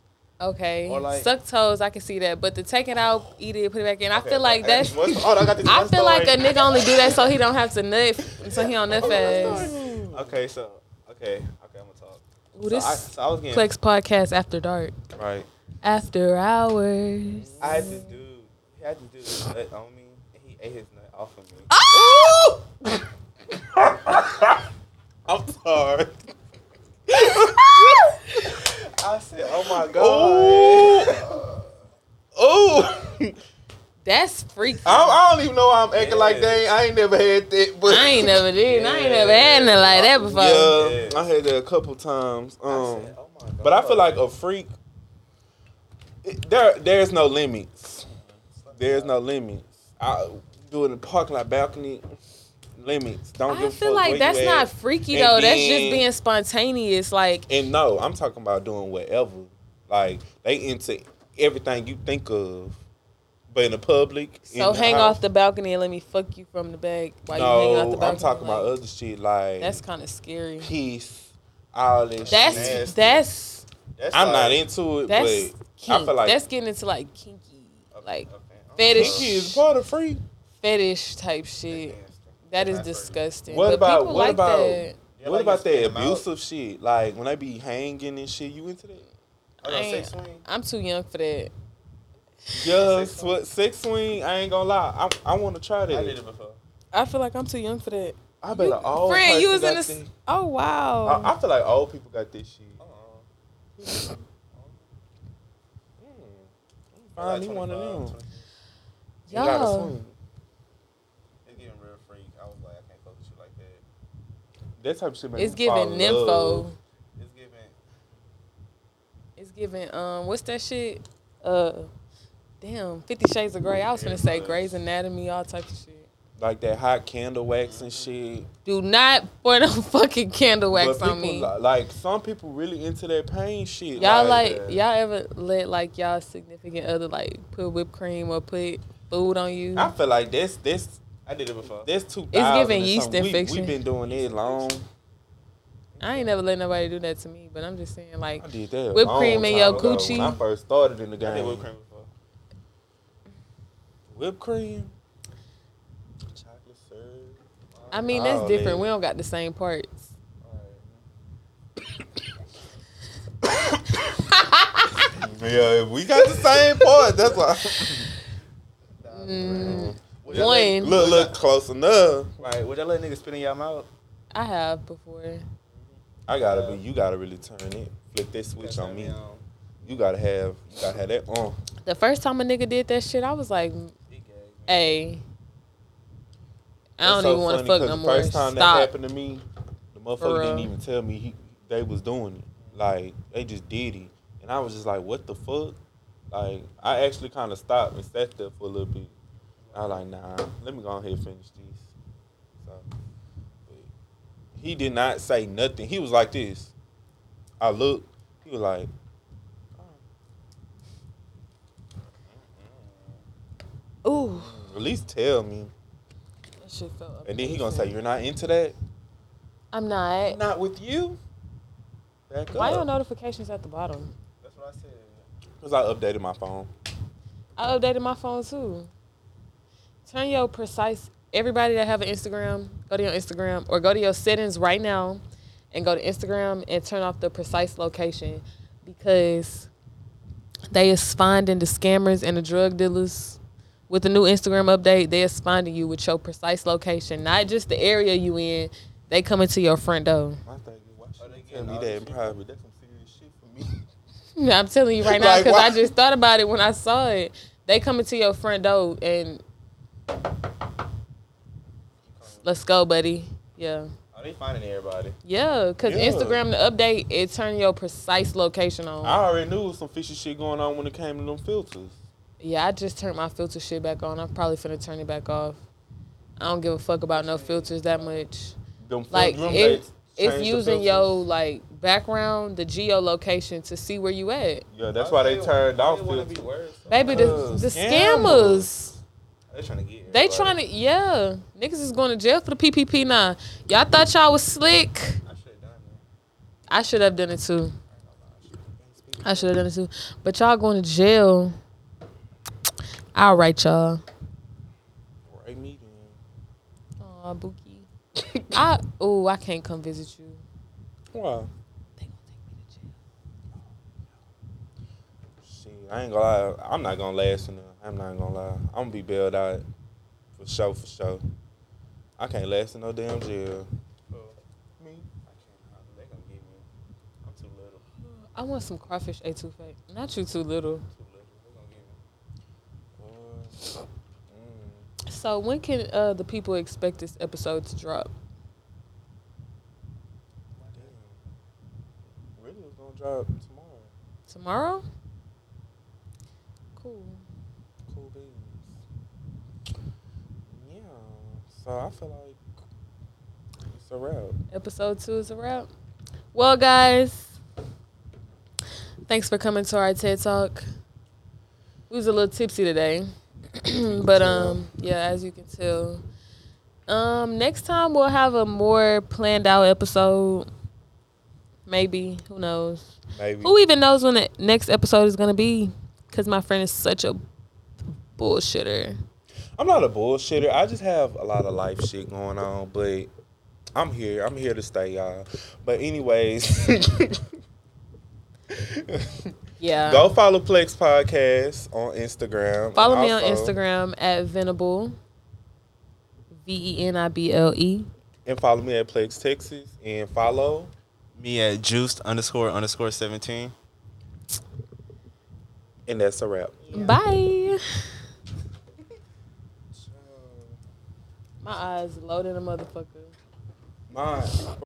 Speaker 2: Okay.
Speaker 4: Or like-
Speaker 2: Suck toes, I can see that. But to take it out, eat it, put it back in, I
Speaker 4: Okay,
Speaker 2: feel like
Speaker 4: I got
Speaker 2: that's.
Speaker 4: this one- oh, I got this
Speaker 2: I
Speaker 4: one
Speaker 2: feel like a
Speaker 4: story.
Speaker 2: nigga only do that so he don't have to nut, so he don't nut fast.
Speaker 4: Okay, so okay, okay, I'm gonna talk.
Speaker 2: Ooh,
Speaker 4: so, I,
Speaker 2: this
Speaker 4: so I was getting
Speaker 2: Plex podcast after dark,
Speaker 1: right.
Speaker 2: after hours.
Speaker 4: I had this dude. He had this dude nut on me, and he ate his nut off of me.
Speaker 2: Oh!
Speaker 1: I'm sorry.
Speaker 4: I said, "Oh my god!"
Speaker 1: Oh. Oh.
Speaker 2: That's freaky.
Speaker 1: I,
Speaker 4: Oh,
Speaker 1: I don't even know why I'm acting like
Speaker 4: Yeah.
Speaker 1: that. I ain't never had that. But
Speaker 2: I ain't never did. I ain't never had nothing like that before.
Speaker 1: Yeah, I had that a couple times.
Speaker 4: I
Speaker 1: Um,
Speaker 4: said, "Oh my god!"
Speaker 1: but I feel like a freak. it- there, there's no limits. There's no limits. I do it in the parking lot balcony. Limits. Don't
Speaker 2: I
Speaker 1: give a
Speaker 2: feel
Speaker 1: fuck
Speaker 2: like
Speaker 1: where
Speaker 2: that's
Speaker 1: you
Speaker 2: not
Speaker 1: At.
Speaker 2: freaky
Speaker 1: And
Speaker 2: though. That's just
Speaker 1: then-
Speaker 2: being spontaneous. Like
Speaker 1: And no, I'm talking about doing whatever. Like they into everything you think of, but in the public.
Speaker 2: so,
Speaker 1: in the
Speaker 2: hang
Speaker 1: house-
Speaker 2: off the balcony and let me fuck you from the back while you hanging off the
Speaker 1: No,
Speaker 2: balcony.
Speaker 1: I'm talking
Speaker 2: like,
Speaker 1: about other shit like
Speaker 2: That's kind of scary.
Speaker 1: peace, all this.
Speaker 2: That's
Speaker 1: shit.
Speaker 4: nasty.
Speaker 2: that's
Speaker 4: That's
Speaker 1: I'm not
Speaker 4: like-
Speaker 1: into it,
Speaker 2: that's
Speaker 1: but
Speaker 2: kink.
Speaker 1: I feel like
Speaker 2: that's getting into like kinky, like
Speaker 4: Okay.
Speaker 2: fetish.
Speaker 1: kinky is part of free.
Speaker 2: fetish type shit.
Speaker 4: Nasty.
Speaker 2: That is
Speaker 4: That's
Speaker 2: disgusting.
Speaker 1: What
Speaker 2: but
Speaker 1: about-
Speaker 2: people
Speaker 1: what
Speaker 2: like
Speaker 1: about-
Speaker 2: that.
Speaker 4: Yeah,
Speaker 1: what
Speaker 4: like
Speaker 1: about
Speaker 4: you
Speaker 1: that
Speaker 4: scream out.
Speaker 1: abusive shit? Like when they be hanging and shit, you into that?
Speaker 4: I don't
Speaker 2: I
Speaker 4: know,
Speaker 2: ain't-
Speaker 4: sex swing.
Speaker 2: I'm too young for that.
Speaker 1: Yeah,
Speaker 4: Sex
Speaker 1: sw- six swing. I ain't gonna lie. I, I want to try
Speaker 4: I did
Speaker 1: that.
Speaker 4: it before.
Speaker 2: I feel like I'm too young for that.
Speaker 1: I bet like all
Speaker 2: Friend, you
Speaker 1: person
Speaker 2: was in
Speaker 1: got
Speaker 2: this.
Speaker 1: this-
Speaker 2: Oh wow.
Speaker 1: I, I feel like all people got this shit.
Speaker 4: Uh-uh. I was
Speaker 1: Hmm. Find me
Speaker 4: like
Speaker 1: one
Speaker 4: 25,
Speaker 1: of them.
Speaker 4: 26.
Speaker 1: You gotta
Speaker 2: Y'all.
Speaker 1: swing.
Speaker 4: It's getting real freak. I was like, I can't fuck with you like that.
Speaker 1: That type of shit. make
Speaker 2: it's
Speaker 1: me fall
Speaker 2: giving
Speaker 1: in
Speaker 2: nympho.
Speaker 1: love.
Speaker 4: It's giving.
Speaker 2: It's giving um what's that shit? Uh damn, Fifty Shades of Grey. I was gonna say Grey's Anatomy, all types of shit.
Speaker 1: Like that hot candle wax and shit.
Speaker 2: Do not pour no fucking candle wax
Speaker 1: But
Speaker 2: on
Speaker 1: people
Speaker 2: me.
Speaker 1: li- Like some people really into that pain shit.
Speaker 2: y'all like
Speaker 1: that.
Speaker 2: y'all ever let like y'all significant other like put whipped cream or put food on you?
Speaker 1: I feel like that's that's
Speaker 4: I did it before.
Speaker 1: that's two.
Speaker 2: giving yeast infection.
Speaker 1: We've been doing it long.
Speaker 2: I ain't never let nobody do that to me, but I'm just saying like
Speaker 1: I did that. a
Speaker 2: Whipped
Speaker 1: long
Speaker 2: cream in
Speaker 1: time
Speaker 2: your
Speaker 1: ago When
Speaker 2: coochie.
Speaker 1: I first started in the game.
Speaker 4: I did whipped cream before.
Speaker 1: Whipped cream. Chocolate syrup.
Speaker 2: I mean that's
Speaker 1: Oh,
Speaker 2: different.
Speaker 1: man.
Speaker 2: We don't got the same parts.
Speaker 1: Yeah, we got the same part. That's why.
Speaker 2: Mm,
Speaker 4: Would y'all let-
Speaker 2: One.
Speaker 1: Look, look, close enough.
Speaker 4: Right. Would y'all let niggas spit in your mouth?
Speaker 2: I have before.
Speaker 1: I gotta be. You gotta really turn it. Flip that switch on me. You gotta have. You gotta have that on.
Speaker 2: The first time a nigga did that shit, I was like, hey, I don't even want to fuck no
Speaker 1: the
Speaker 2: more.
Speaker 1: First time that
Speaker 2: Stop.
Speaker 1: happened to me, the
Speaker 2: For
Speaker 1: motherfucker
Speaker 2: real.
Speaker 1: didn't even tell me he, they was doing it. Like they just did it, and I was just like, "What the fuck?" Like I actually kind of stopped and sat there for a little bit. I was like, "Nah, let me go ahead and finish this." So but he did not say nothing. He was like this. I looked. He was like,
Speaker 2: Ooh.
Speaker 1: "At least tell me."
Speaker 2: That shit felt
Speaker 1: And then he gonna
Speaker 2: Mm-hmm.
Speaker 1: say, "You're not into that."
Speaker 2: I'm not.
Speaker 1: Not with you. Back
Speaker 2: Why your
Speaker 1: up.
Speaker 2: notifications at the bottom?
Speaker 4: That's what I said.
Speaker 1: Cause I updated my phone.
Speaker 2: I updated my phone too. Turn your precise. Everybody that have an Instagram, go to your Instagram or go to your settings right now, and go to Instagram and turn off the precise location, because they is finding the scammers and the drug dealers. With the new Instagram update, they is finding you with your precise location, not just the area you in. They coming to your front door.
Speaker 1: My thing is, why should
Speaker 4: Oh, they
Speaker 1: they tell
Speaker 4: getting
Speaker 1: me
Speaker 4: all
Speaker 1: that
Speaker 4: this
Speaker 1: in
Speaker 4: shit?
Speaker 1: private? That's some serious shit for me.
Speaker 2: I'm telling you right now
Speaker 1: Like,
Speaker 2: because
Speaker 1: why-
Speaker 2: I just thought about it when I saw it. They coming to your front door and let's go, buddy. Yeah,
Speaker 4: Are Oh, they finding everybody?
Speaker 2: yeah. Because
Speaker 1: Yeah.
Speaker 2: Instagram the update it turn your precise location on.
Speaker 1: I already knew some fishy shit going on when it came to them filters.
Speaker 2: yeah, I just turned my filter shit back on. I'm probably finna turn it back off. I don't give a fuck about no filters that much.
Speaker 1: Them
Speaker 2: Like
Speaker 1: filters,
Speaker 2: it,
Speaker 1: they
Speaker 2: it's
Speaker 1: changed the
Speaker 2: using
Speaker 1: filters.
Speaker 2: your like background, the geolocation to see where you at.
Speaker 1: Yeah, that's why they turned off
Speaker 4: They
Speaker 1: filters.
Speaker 2: Baby, the,
Speaker 1: Uh,
Speaker 2: the
Speaker 1: scammers.
Speaker 2: scammers.
Speaker 4: They trying to get.
Speaker 2: They trying to, yeah. Niggas is going to jail for the PPP now. Y'all thought y'all was slick.
Speaker 4: I should have done that.
Speaker 2: I should have done it too. I should have done it too. But y'all going to jail. All right, y'all.
Speaker 1: Right meeting.
Speaker 2: Aw, Bookie. I oh, I can't come visit you.
Speaker 1: Why?
Speaker 2: They gonna take me to jail.
Speaker 1: Shit, I ain't gonna lie. I'm not gonna last in there. I'm not gonna lie. I'm gonna be bailed out for sure, for sure. I can't last in no damn jail.
Speaker 4: Cool.
Speaker 1: Me?
Speaker 4: I can't. They gonna get me. I'm too little.
Speaker 2: I want some crawfish a touffe. Not you too little.
Speaker 4: Too little. They gonna get me.
Speaker 1: Boy. Mm.
Speaker 2: So when can uh, the people expect this episode to drop?
Speaker 1: Damn. Really was gonna drop tomorrow.
Speaker 2: Tomorrow? Cool.
Speaker 1: Cool beans. Yeah. So I feel like it's a wrap.
Speaker 2: Episode two is a wrap. Well, guys, thanks for coming to our TED Talk. We was a little tipsy today, but um, yeah, as you can tell, um, next time we'll have a more planned out episode. Maybe who knows?
Speaker 1: Maybe.
Speaker 2: Who even knows when the next episode is gonna be? Cause my friend is such a bullshitter.
Speaker 1: I'm not a bullshitter. I just have a lot of life shit going on, but I'm here. I'm here to stay, y'all. But anyways,
Speaker 2: Yeah.
Speaker 1: go follow Plex Podcast on Instagram.
Speaker 2: Follow me on
Speaker 1: Also,
Speaker 2: Instagram at Venable. V E N I B L E.
Speaker 1: and follow me at Plex Texas and follow.
Speaker 4: Me at juiced underscore underscore seventeen.
Speaker 1: And that's a wrap.
Speaker 2: Bye. My eyes loading a motherfucker.
Speaker 1: Mine.